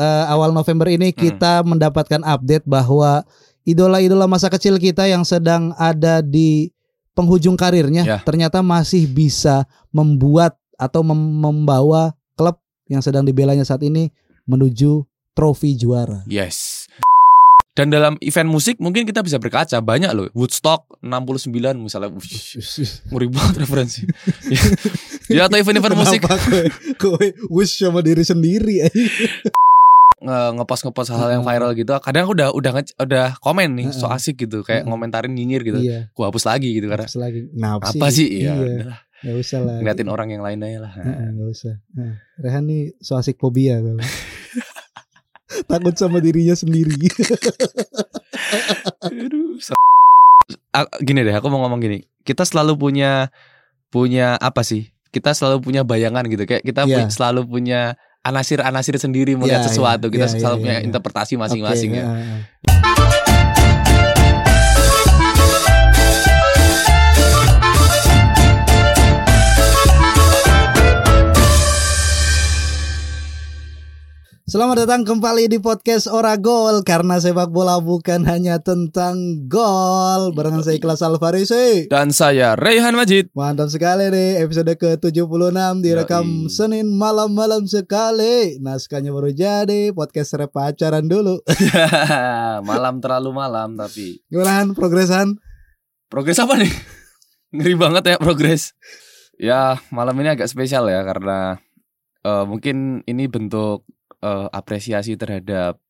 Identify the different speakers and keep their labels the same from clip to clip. Speaker 1: eh, awal November
Speaker 2: Hmm.
Speaker 1: ini kita mendapatkan update bahwa idola-idola masa kecil kita yang sedang ada di penghujung karirnya
Speaker 2: Ya.
Speaker 1: ternyata masih bisa membuat atau mem- membawa klub yang sedang dibelanya saat ini menuju trofi juara.
Speaker 2: Yes. Dan dalam event musik mungkin kita bisa berkaca banyak loh. Woodstock 69 misalnya. Wush, Ngeri banget referensi. ya, ya, atau event-event musik
Speaker 1: Kenapa kowe, kowe wish sama diri sendiri eh?
Speaker 2: nge- ngepost-ngepost hal-hal yang
Speaker 1: Mm.
Speaker 2: viral gitu. Kadang aku udah udah nge- udah komen nih so
Speaker 1: Mm-mm.
Speaker 2: asik gitu kayak
Speaker 1: Mm-mm.
Speaker 2: ngomentarin nyinyir gitu.
Speaker 1: Iya.
Speaker 2: Gua hapus lagi gitu karena
Speaker 1: Nafsu lagi. Nafsu.
Speaker 2: apa sih?
Speaker 1: Iya.
Speaker 2: Ya, udahlah,
Speaker 1: Gak usah lah.
Speaker 2: ngeliatin orang yang lain aja lah.
Speaker 1: Heeh, nggak usah. Heeh. Rehan nih so asik fobia kalau. Takut sama dirinya sendiri.
Speaker 2: Aduh, sa- Ah, gini deh, aku mau ngomong gini. Kita selalu punya punya apa sih? Kita selalu punya bayangan gitu kayak kita pu-
Speaker 1: Iya.
Speaker 2: selalu punya anasir-anasir sendiri melihat
Speaker 1: Iya,
Speaker 2: sesuatu.
Speaker 1: iya,
Speaker 2: Kita
Speaker 1: iya,
Speaker 2: selalu
Speaker 1: iya,
Speaker 2: punya
Speaker 1: iya.
Speaker 2: interpretasi masing-masing
Speaker 1: Oke, iya.
Speaker 2: ya.
Speaker 1: heeh, heeh. Selamat datang kembali di podcast Ora Gol karena sepak bola bukan hanya tentang gol. Barengan saya Ikhlas Alvarez. eh.
Speaker 2: Dan saya Raihan Majid.
Speaker 1: Mantap sekali nih episode ke-76 direkam
Speaker 2: Yoi.
Speaker 1: Senin malam-malam sekali. Naskahnya baru jadi, podcast rep pacaran dulu.
Speaker 2: malam terlalu malam tapi
Speaker 1: Gimana Han? progresan?
Speaker 2: progres apa nih? Ngeri banget ya progres. Ya, malam ini agak spesial ya karena eh, mungkin ini bentuk eh, apresiasi terhadap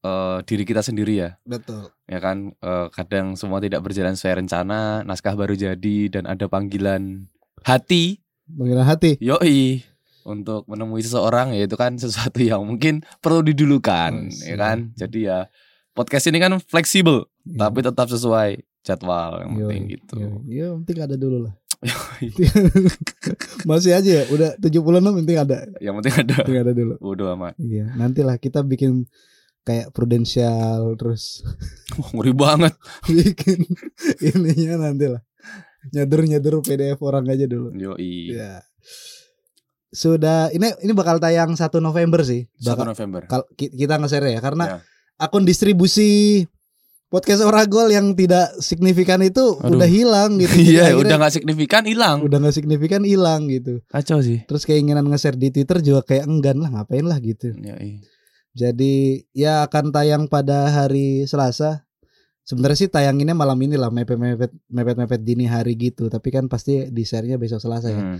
Speaker 2: eh, diri kita sendiri ya.
Speaker 1: Betul.
Speaker 2: ya kan eh, kadang semua tidak berjalan sesuai rencana naskah baru jadi dan ada panggilan hati
Speaker 1: Mengenai hati.
Speaker 2: yoi untuk menemui seseorang yaitu kan sesuatu yang mungkin perlu didulukan
Speaker 1: Yes.
Speaker 2: ya kan jadi ya podcast ini kan fleksibel tapi tetap sesuai jadwal yang penting
Speaker 1: Yoi,
Speaker 2: gitu
Speaker 1: yoi. Ya, yang penting ada dulu lah.
Speaker 2: Yoi.
Speaker 1: Masih aja ya, udah 76 yang penting ada.
Speaker 2: yang penting ada
Speaker 1: Penting ada dulu.
Speaker 2: bodo amat
Speaker 1: Iya, nantilah kita bikin kayak prudensial terus
Speaker 2: Wah, ngeri banget
Speaker 1: bikin ininya nantilah. Nyadur-nyadur PDF orang aja dulu.
Speaker 2: yoi
Speaker 1: Ya. Sudah ini ini bakal tayang 1 November sih.
Speaker 2: 1
Speaker 1: Bakal
Speaker 2: November
Speaker 1: kal- ki- kita nge-share ya karena
Speaker 2: Ya.
Speaker 1: akun distribusi podcast Oragol yang tidak signifikan itu
Speaker 2: Aduh.
Speaker 1: udah hilang gitu. Jadi
Speaker 2: iya
Speaker 1: akhirnya
Speaker 2: udah nggak signifikan hilang
Speaker 1: udah nggak signifikan hilang gitu.
Speaker 2: kacau sih
Speaker 1: Terus keinginan nge-share di Twitter juga kayak enggan lah ngapain lah gitu.
Speaker 2: yoi
Speaker 1: Jadi ya akan tayang pada hari Selasa. Sebenarnya sih tayanginnya malam ini lah mepet-mepet mepet-mepet dini hari gitu, tapi kan pasti di-share-nya besok Selasa ya.
Speaker 2: Hmm.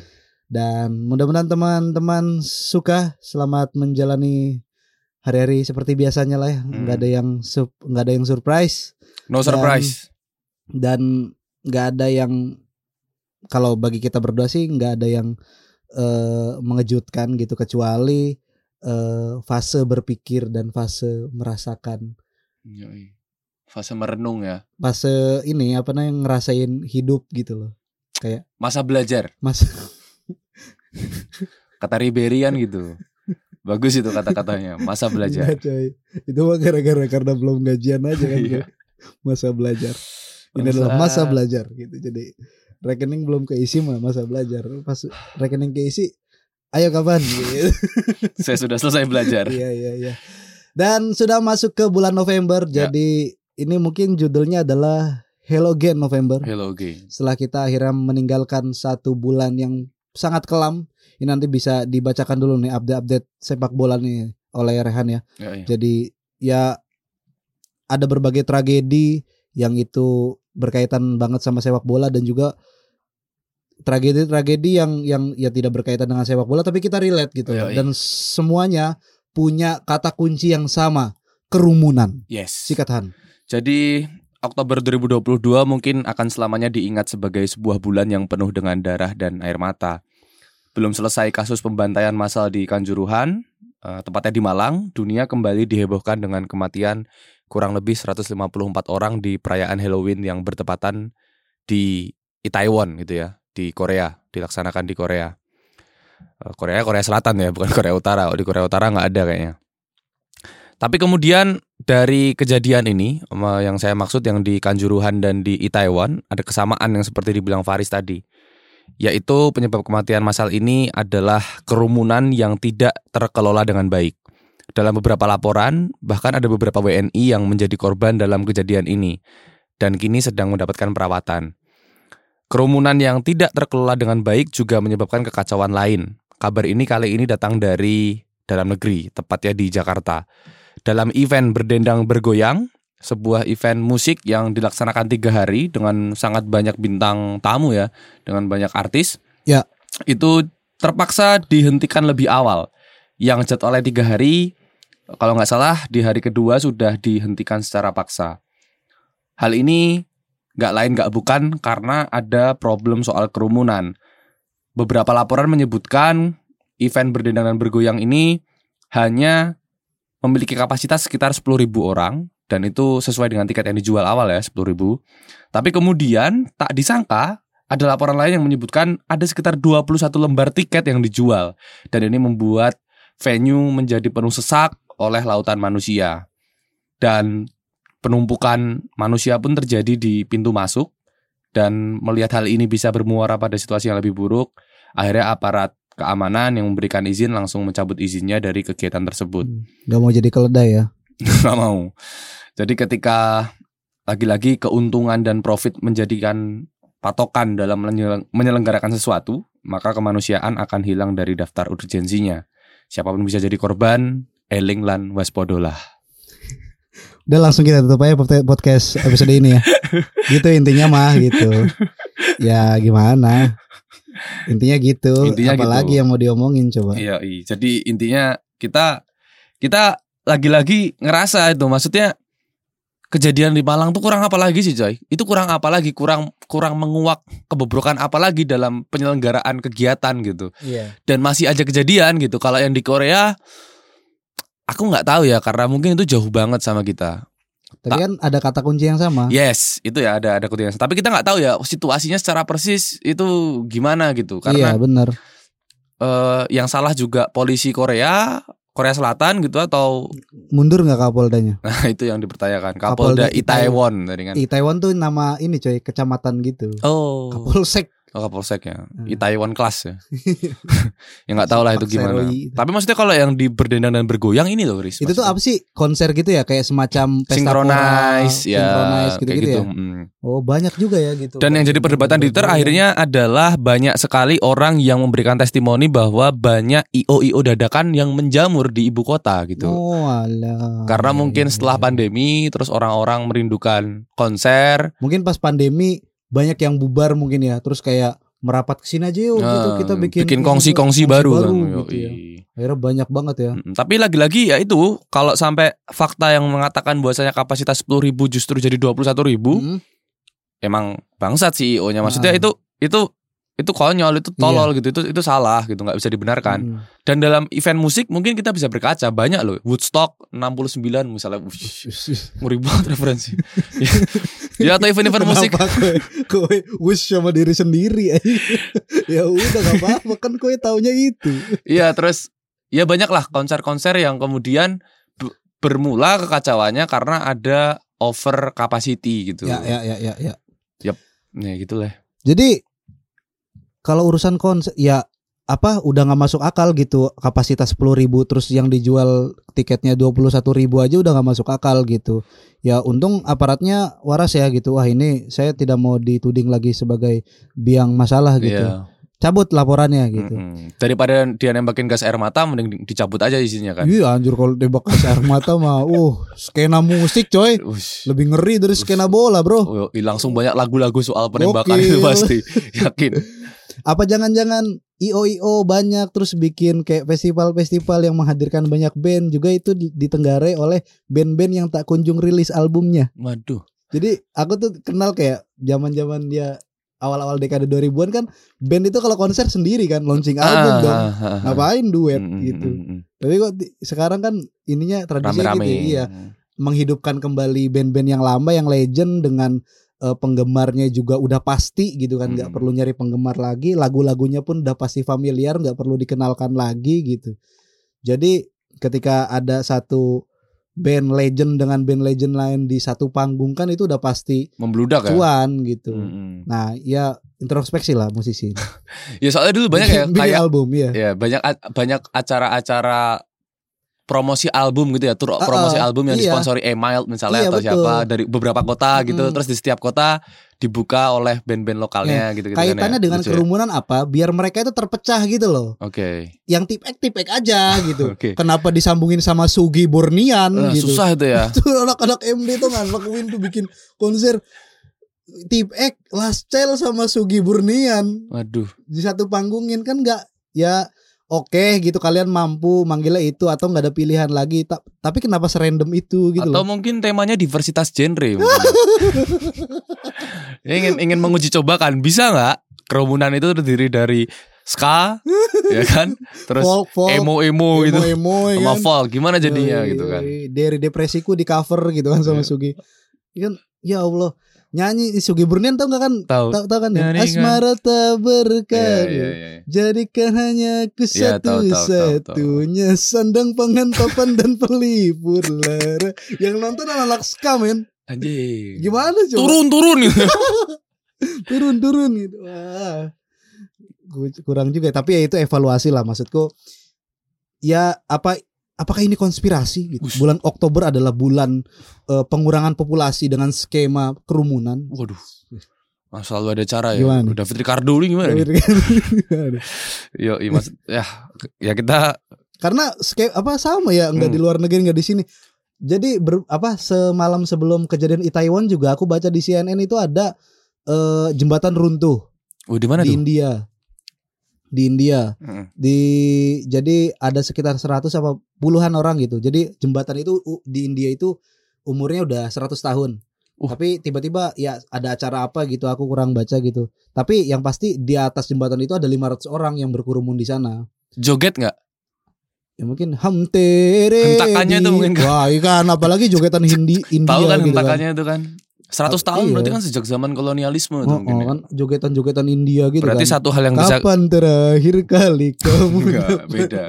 Speaker 1: Dan mudah-mudahan teman-teman suka selamat menjalani hari-hari seperti biasanya lah ya.
Speaker 2: Hmm.
Speaker 1: Nggak ada yang sup- nggak ada yang surprise
Speaker 2: no surprise
Speaker 1: dan nggak ada yang kalau bagi kita berdua sih nggak ada yang eh, mengejutkan gitu kecuali eh, fase berpikir dan fase merasakan
Speaker 2: Yoi. fase merenung ya
Speaker 1: fase ini apa namanya ngerasain hidup gitu loh.
Speaker 2: masa belajar
Speaker 1: Mas
Speaker 2: kata Ribery kan gitu bagus itu kata-katanya masa belajar
Speaker 1: Enggak, coy. Itu mah gara-gara karena belum gajian aja kan. coy.
Speaker 2: Iya.
Speaker 1: masa belajar. Ini adalah masa belajar gitu. Jadi rekening belum keisi mah masa belajar. Pas rekening keisi, ayo kapan? Gitu.
Speaker 2: saya sudah selesai belajar
Speaker 1: Iya iya iya. Dan sudah masuk ke bulan November.
Speaker 2: Ya.
Speaker 1: Jadi ini mungkin judulnya adalah Hello Again November.
Speaker 2: hello again
Speaker 1: Setelah kita akhirnya meninggalkan satu bulan yang sangat kelam, ini nanti bisa dibacakan dulu nih update-update sepak bola nih oleh Rehan ya.
Speaker 2: Yoi.
Speaker 1: Jadi ya ada berbagai tragedi yang itu berkaitan banget sama sepak bola dan juga tragedi-tragedi yang yang ya tidak berkaitan dengan sepak bola tapi kita relate gitu
Speaker 2: Yoi.
Speaker 1: dan semuanya punya kata kunci yang sama kerumunan
Speaker 2: yes
Speaker 1: sikat Han
Speaker 2: jadi Oktober 2022 mungkin akan selamanya diingat sebagai sebuah bulan yang penuh dengan darah dan air mata belum selesai kasus pembantaian massal di Kanjuruhan eh, tepatnya di Malang dunia kembali dihebohkan dengan kematian kurang lebih 154 orang di perayaan Halloween yang bertepatan di Itaewon gitu ya di Korea dilaksanakan di Korea Eh, Korea Korea Selatan ya bukan Korea Utara Oh, di Korea Utara nggak ada kayaknya tapi kemudian dari kejadian ini em, yang saya maksud yang di Kanjuruhan dan di Itaewon ada kesamaan yang seperti dibilang Faris tadi yaitu penyebab kematian massal ini adalah kerumunan yang tidak terkelola dengan baik Dalam beberapa laporan, bahkan ada beberapa WNI yang menjadi korban dalam kejadian ini dan kini sedang mendapatkan perawatan. Kerumunan yang tidak terkelola dengan baik juga menyebabkan kekacauan lain. Kabar ini kali ini datang dari dalam negeri, tepatnya di Jakarta. Dalam event berdendang bergoyang, sebuah event musik yang dilaksanakan tiga hari dengan sangat banyak bintang tamu ya, dengan banyak artis.
Speaker 1: Ya.
Speaker 2: Itu terpaksa dihentikan lebih awal. Yang jadwalnya tiga hari, kalau nggak salah di hari kedua sudah dihentikan secara paksa. Hal ini nggak lain nggak bukan karena ada problem soal kerumunan. Beberapa laporan menyebutkan event berdendang dan bergoyang ini hanya memiliki kapasitas sekitar 10.000 orang dan itu sesuai dengan tiket yang dijual awal ya 10.000. Tapi kemudian tak disangka ada laporan lain yang menyebutkan ada sekitar 21 lembar tiket yang dijual dan ini membuat venue menjadi penuh sesak oleh lautan manusia. Dan penumpukan manusia pun terjadi di pintu masuk dan melihat hal ini bisa bermuara pada situasi yang lebih buruk, akhirnya aparat keamanan yang memberikan izin langsung mencabut izinnya dari kegiatan tersebut.
Speaker 1: Gak mau jadi keledai ya.
Speaker 2: Nggak mau. Jadi ketika lagi-lagi keuntungan dan profit menjadikan patokan dalam menyeleng- menyelenggarakan sesuatu, maka kemanusiaan akan hilang dari daftar urgensinya. Siapapun bisa jadi korban, eling lan waspodolah.
Speaker 1: Udah langsung kita tutup aja pod- podcast episode ini ya. gitu intinya mah gitu. Ya gimana? Intinya gitu.
Speaker 2: Intinya
Speaker 1: Apalagi
Speaker 2: gitu.
Speaker 1: yang mau diomongin coba.
Speaker 2: Iya, iya. Jadi intinya kita kita lagi-lagi ngerasa itu maksudnya kejadian di Malang tuh kurang apa lagi sih, Coy? Itu kurang apa lagi? Kurang kurang menguak kebobrokan apa lagi dalam penyelenggaraan kegiatan gitu.
Speaker 1: Iya.
Speaker 2: Dan masih aja kejadian gitu. Kalau yang di Korea aku nggak tahu ya karena mungkin itu jauh banget sama kita.
Speaker 1: Tapi kan ada kata kunci yang sama.
Speaker 2: Yes, itu ya ada ada kutipan. Tapi kita nggak tahu ya situasinya secara persis itu gimana gitu.
Speaker 1: iya
Speaker 2: Karena
Speaker 1: benar.
Speaker 2: eh, yang salah juga polisi Korea, Korea Selatan gitu atau
Speaker 1: Iya. Mundur nggak Kapoldanya?
Speaker 2: nah itu yang dipertanyakan.
Speaker 1: Kapolda
Speaker 2: Kapolda
Speaker 1: Iya.
Speaker 2: Itaewon tadi kan.
Speaker 1: Di Taiwan tuh nama ini coy kecamatan gitu.
Speaker 2: Oh,
Speaker 1: Kapolsek.
Speaker 2: oh, Kapolsek ya.
Speaker 1: Hmm.
Speaker 2: Itaewon kelas ya. ya nggak tahu lah itu
Speaker 1: Pak
Speaker 2: gimana.
Speaker 1: Seroi.
Speaker 2: Tapi maksudnya kalau yang di berdendang dan bergoyang ini loh, Riz.
Speaker 1: Itu tuh apa sih konser gitu ya kayak semacam pesta
Speaker 2: Synchronize
Speaker 1: choral,
Speaker 2: ya,
Speaker 1: synchronize
Speaker 2: kayak
Speaker 1: gitu-gitu
Speaker 2: gitu.
Speaker 1: ya. Iya.
Speaker 2: Mm.
Speaker 1: Oh, banyak juga ya gitu.
Speaker 2: Dan yang jadi perdebatan di Twitter akhirnya adalah banyak sekali orang yang memberikan testimoni bahwa banyak IO-IO dadakan yang menjamur di ibu kota gitu.
Speaker 1: Oh, alah.
Speaker 2: Karena
Speaker 1: Iya,
Speaker 2: mungkin
Speaker 1: iya,
Speaker 2: setelah
Speaker 1: iya.
Speaker 2: pandemi terus orang-orang merindukan konser.
Speaker 1: mungkin pas pandemi banyak yang bubar mungkin ya. Terus kayak merapat ke sini aja yuk gitu
Speaker 2: eh,
Speaker 1: kita bikin ini,
Speaker 2: kongsi-kongsi baru, kan.
Speaker 1: gitu ya.
Speaker 2: Yoi.
Speaker 1: Akhirnya banyak banget ya.
Speaker 2: Mm, Tapi lagi-lagi ya itu kalau sampai fakta yang mengatakan bahwasanya kapasitas 10.000 justru jadi 21.000,
Speaker 1: Hmm.
Speaker 2: emang bangsat sih CEO-nya. Maksudnya
Speaker 1: Ah. Iya.
Speaker 2: itu itu itu konyol, itu tolol gitu. Itu itu salah gitu, nggak bisa dibenarkan.
Speaker 1: Hmm.
Speaker 2: Dan dalam event musik mungkin kita bisa berkaca banyak loh. Woodstock 69 misalnya. Wush,
Speaker 1: Hmm.
Speaker 2: Ngeri banget referensi. ya, ya, atau event-event musik
Speaker 1: Kenapa kowe, kowe wish sama diri sendiri eh? ya udah gak apa-apa kan kowe taunya itu
Speaker 2: Iya terus ya banyaklah konser-konser yang kemudian b- bermula kekacauannya karena ada over capacity gitu.
Speaker 1: ya ya ya ya, ya.
Speaker 2: Nah, gitu lah.
Speaker 1: jadi kalau urusan konser ya apa udah nggak masuk akal gitu kapasitas 10.000 ribu terus yang dijual tiketnya 21.000 ribu aja udah nggak masuk akal gitu ya untung aparatnya waras ya gitu wah ini saya tidak mau dituding lagi sebagai biang masalah gitu
Speaker 2: Iya.
Speaker 1: cabut laporannya gitu
Speaker 2: Mm-mm. Daripada dia nembakin gas air mata mending di- dicabut aja isinya kan.
Speaker 1: Iya anjir kalau tembak gas air mata mah uh skena musik coy
Speaker 2: Ush.
Speaker 1: lebih ngeri dari skena bola bro
Speaker 2: Oh, iya, langsung banyak lagu-lagu soal penembakan
Speaker 1: Gokil.
Speaker 2: itu pasti yakin.
Speaker 1: apa jangan-jangan io io banyak terus bikin kayak festival-festival yang menghadirkan banyak band juga itu di- ditenggarai oleh band-band yang tak kunjung rilis albumnya
Speaker 2: Waduh.
Speaker 1: jadi aku tuh kenal kayak zaman-zaman dia awal-awal dekade 2000-an kan band itu kalau konser sendiri kan launching
Speaker 2: Ah.
Speaker 1: album dong ngapain duet gitu tapi kok di- sekarang kan ininya tradisinya
Speaker 2: Rame-rame.
Speaker 1: gitu ya, iya menghidupkan kembali band-band yang lama yang legend dengan eh, penggemarnya juga udah pasti gitu kan nggak
Speaker 2: Hmm.
Speaker 1: perlu nyari penggemar lagi lagu-lagunya pun udah pasti familiar nggak perlu dikenalkan lagi gitu jadi ketika ada satu band legend dengan band legend lain di satu panggung kan itu udah pasti
Speaker 2: Membludak ya.
Speaker 1: cuan gitu
Speaker 2: Mm-mm.
Speaker 1: nah ya introspeksi lah musisi
Speaker 2: Ya soalnya dulu banyak ya
Speaker 1: Bikin- iya. bikin
Speaker 2: kayak
Speaker 1: album ya
Speaker 2: Ya banyak banyak acara-acara promosi album gitu ya, tur
Speaker 1: Ah,
Speaker 2: promosi
Speaker 1: ah,
Speaker 2: album yang
Speaker 1: iya.
Speaker 2: disponsori Emild
Speaker 1: Iya,
Speaker 2: misalnya atau
Speaker 1: betul.
Speaker 2: siapa dari beberapa kota gitu.
Speaker 1: Mm-mm.
Speaker 2: Terus di setiap kota dibuka oleh band-band lokalnya gitu-gitu kan ya.
Speaker 1: Iya. Kaitannya dengan
Speaker 2: Lucu ya.
Speaker 1: kerumunan apa? Biar mereka itu terpecah gitu loh.
Speaker 2: Oke.
Speaker 1: Yang tipek-tipek aja gitu.
Speaker 2: Oke.
Speaker 1: Kenapa disambungin sama Sugi Burnian
Speaker 2: Eh,
Speaker 1: gitu?
Speaker 2: Susah itu ya.
Speaker 1: Itu anak-anak MD tuh nggak lakuin tuh bikin konser tipek Last Child sama Sugi Burnian
Speaker 2: Waduh.
Speaker 1: di satu panggungin kan nggak ya oke gitu kalian mampu manggilnya itu atau nggak ada pilihan lagi Ta- tapi kenapa serandom itu gitu
Speaker 2: Atau
Speaker 1: loh
Speaker 2: mungkin temanya diversitas genre. mungkin. Dia ingin ingin menguji cobakan bisa nggak kerumunan itu terdiri dari ska, ya kan? Terus
Speaker 1: folk folk ya,
Speaker 2: emo emo gitu,
Speaker 1: emo kan?
Speaker 2: sama folk. Gimana jadinya gitu kan?
Speaker 1: dari depresiku di cover gitu kan sama
Speaker 2: Iya.
Speaker 1: Sugi Ya kan ya Allah nyanyi Sugi Burnian tau nggak kan
Speaker 2: Tahu?
Speaker 1: tau tau kan ya
Speaker 2: Nyanyi kan.
Speaker 1: asmara tak
Speaker 2: Iya
Speaker 1: berkarir
Speaker 2: iya iya.
Speaker 1: Jadikan hanya ku
Speaker 2: Iya, tahu, tahu, tahu,
Speaker 1: satu-satunya Sandang pangan dan pelipur lara Yang nonton anak-anak ska men
Speaker 2: Anjing. gitu.
Speaker 1: Gimana coba
Speaker 2: Turun turun.
Speaker 1: turun turun gitu Wah. Gu- kurang juga tapi ya itu evaluasi lah maksudku ya apa apakah ini konspirasi gitu
Speaker 2: Ush.
Speaker 1: bulan Oktober adalah bulan eh, pengurangan populasi dengan skema kerumunan
Speaker 2: Waduh. Wah, Selalu ada cara ya.
Speaker 1: Gimana nih?
Speaker 2: Udah Fitri Kardo ini gimana nih? Yo, iya, maksud, ya, ya kita
Speaker 1: karena ske- apa sama ya nggak
Speaker 2: Hmm.
Speaker 1: di luar negeri nggak di sini jadi ber- apa semalam sebelum kejadian Itaewon juga aku baca di CNN itu ada eh, jembatan runtuh
Speaker 2: Oh, di mana
Speaker 1: di
Speaker 2: tuh?
Speaker 1: India di India
Speaker 2: Heeh.
Speaker 1: di jadi ada sekitar 100 apa puluhan orang gitu. Jadi jembatan itu u- di India itu umurnya udah 100 tahun.
Speaker 2: Uh.
Speaker 1: Tapi tiba-tiba ya ada acara apa gitu aku kurang baca gitu. Tapi yang pasti di atas jembatan itu ada 500 orang yang berkerumun di sana.
Speaker 2: Joget nggak?
Speaker 1: Ya mungkin hamtere.
Speaker 2: Hentakannya
Speaker 1: di-
Speaker 2: tuh mungkin.
Speaker 1: Wah, iya kan apalagi jogetan Hindi India
Speaker 2: Tahu kan
Speaker 1: gitu
Speaker 2: hentakannya itu kan?
Speaker 1: Ah,
Speaker 2: 100 tahun
Speaker 1: iya.
Speaker 2: berarti kan sejak zaman
Speaker 1: Oh,
Speaker 2: kolonialisme tuh
Speaker 1: oh,
Speaker 2: mungkin ya.
Speaker 1: kan jogetan-jogetan India gitu
Speaker 2: berarti
Speaker 1: kan.
Speaker 2: satu hal yang bisa
Speaker 1: Kapan terakhir kali kamu
Speaker 2: Enggak, beda.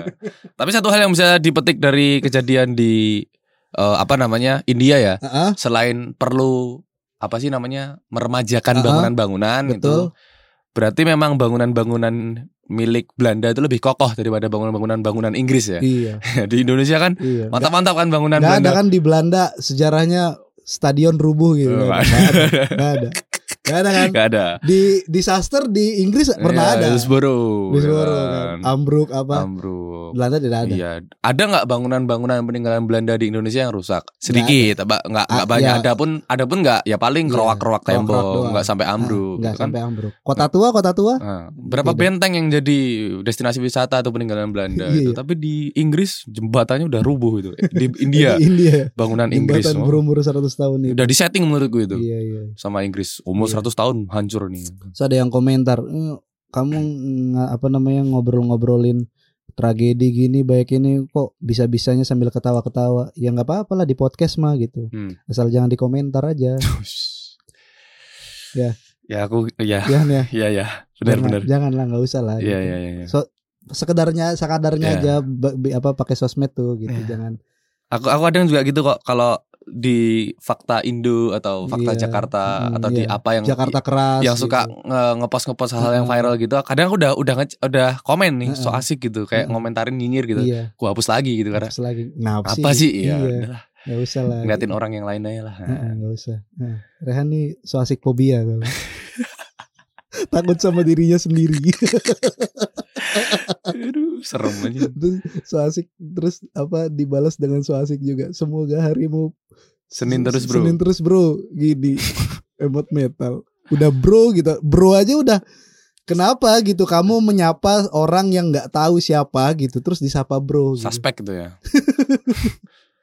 Speaker 2: Tapi satu hal yang bisa dipetik dari kejadian di eh, apa namanya? India ya.
Speaker 1: Ah, ah,
Speaker 2: Selain perlu apa sih namanya? meremajakan
Speaker 1: Ah, ah.
Speaker 2: bangunan-bangunan itu.
Speaker 1: betul.
Speaker 2: Berarti memang bangunan-bangunan milik Belanda itu lebih kokoh daripada bangunan-bangunan bangunan Inggris ya.
Speaker 1: Iya,
Speaker 2: di Indonesia kan
Speaker 1: iya.
Speaker 2: mantap-mantap kan bangunan
Speaker 1: Gak
Speaker 2: Belanda.
Speaker 1: ada kan di Belanda sejarahnya stadion rubuh gitu.
Speaker 2: Oh,
Speaker 1: Nggak
Speaker 2: ada.
Speaker 1: ada. Nggak ada. Nggak ada kan.
Speaker 2: Nggak ada.
Speaker 1: Di disaster di Inggris pernah
Speaker 2: Iya,
Speaker 1: ada.
Speaker 2: Hillsborough,
Speaker 1: Lisboro
Speaker 2: ya
Speaker 1: kan.
Speaker 2: kan.
Speaker 1: Ambruk apa.
Speaker 2: Ambruk.
Speaker 1: Belanda tidak ada.
Speaker 2: Iya, ada nggak bangunan-bangunan peninggalan Belanda di Indonesia yang rusak? Sedikit, apa- nggak nggak
Speaker 1: Ah,
Speaker 2: banyak.
Speaker 1: iya.
Speaker 2: Ada pun, ada pun nggak. Ya paling
Speaker 1: Iya,
Speaker 2: keroak-keroak
Speaker 1: keroak-keroak
Speaker 2: tembok,
Speaker 1: doang. Ah,
Speaker 2: nggak sampai ambruk.
Speaker 1: Nggak
Speaker 2: gitu kan.
Speaker 1: sampai ambruk. Kota tua, kota tua.
Speaker 2: Ah, berapa
Speaker 1: Tidak.
Speaker 2: benteng yang jadi destinasi wisata atau peninggalan Belanda
Speaker 1: Iya,
Speaker 2: itu?
Speaker 1: iya.
Speaker 2: Tapi di Inggris jembatannya udah rubuh itu. Di India
Speaker 1: Di India.
Speaker 2: bangunan Inggris
Speaker 1: Iya, Jembatan
Speaker 2: oh.
Speaker 1: berumur 100 tahun itu.
Speaker 2: udah disetting menurutku itu
Speaker 1: Iya, iya.
Speaker 2: sama Inggris. Umur
Speaker 1: Iya.
Speaker 2: 100 tahun hancur nih.
Speaker 1: Terus ada yang komentar, "Eh, kamu nga- apa namanya ngobrol-ngobrolin tragedi gini baik ini kok bisa-bisanya sambil ketawa-ketawa. Ya nggak apa-apa lah di podcast mah gitu.
Speaker 2: Hmm.
Speaker 1: Asal jangan di komentar aja. Ya.
Speaker 2: Ya aku ya
Speaker 1: Jangan ya.
Speaker 2: ya ya benar-benar.
Speaker 1: Jangan- Jangan lah, nggak usah lah.
Speaker 2: Iya
Speaker 1: gitu.
Speaker 2: iya iya.
Speaker 1: So, sekedarnya, sekadarnya
Speaker 2: Iya.
Speaker 1: aja ba- bi- apa pakai sosmed tuh gitu,
Speaker 2: Iya.
Speaker 1: jangan.
Speaker 2: Aku aku kadang juga gitu kok kalau di fakta Indo atau fakta
Speaker 1: Iya,
Speaker 2: Jakarta
Speaker 1: mm,
Speaker 2: atau di
Speaker 1: iya.
Speaker 2: apa yang
Speaker 1: Jakarta keras.
Speaker 2: yang suka
Speaker 1: gitu.
Speaker 2: nge- ngepost-ngepost hal-hal yang
Speaker 1: Mm.
Speaker 2: viral gitu. Kadang aku udah udah nge- udah komen nih, so
Speaker 1: Mm-mm.
Speaker 2: asik gitu kayak
Speaker 1: Mm-mm.
Speaker 2: ngomentarin nyinyir gitu.
Speaker 1: Hmm. Iya.
Speaker 2: Gua hapus lagi gitu karena
Speaker 1: Terus lagi nafsi.
Speaker 2: apa sih? Iya,
Speaker 1: Iya. Hmm.
Speaker 2: udahlah,
Speaker 1: Nggak usah lah.
Speaker 2: ngeliatin orang yang lain aja lah.
Speaker 1: Heeh, nggak usah. Heeh. Rehan nih so asik fobia kalau. Takut sama dirinya sendiri.
Speaker 2: Aduh, serem aja.
Speaker 1: terus so asik terus apa dibalas dengan so asik juga. Semoga harimu
Speaker 2: Senin terus, Bro.
Speaker 1: Senin terus bro Gini Emot metal Udah bro gitu Bro aja udah Kenapa gitu Kamu menyapa orang yang nggak tahu siapa gitu Terus disapa bro gitu.
Speaker 2: Suspek gitu ya.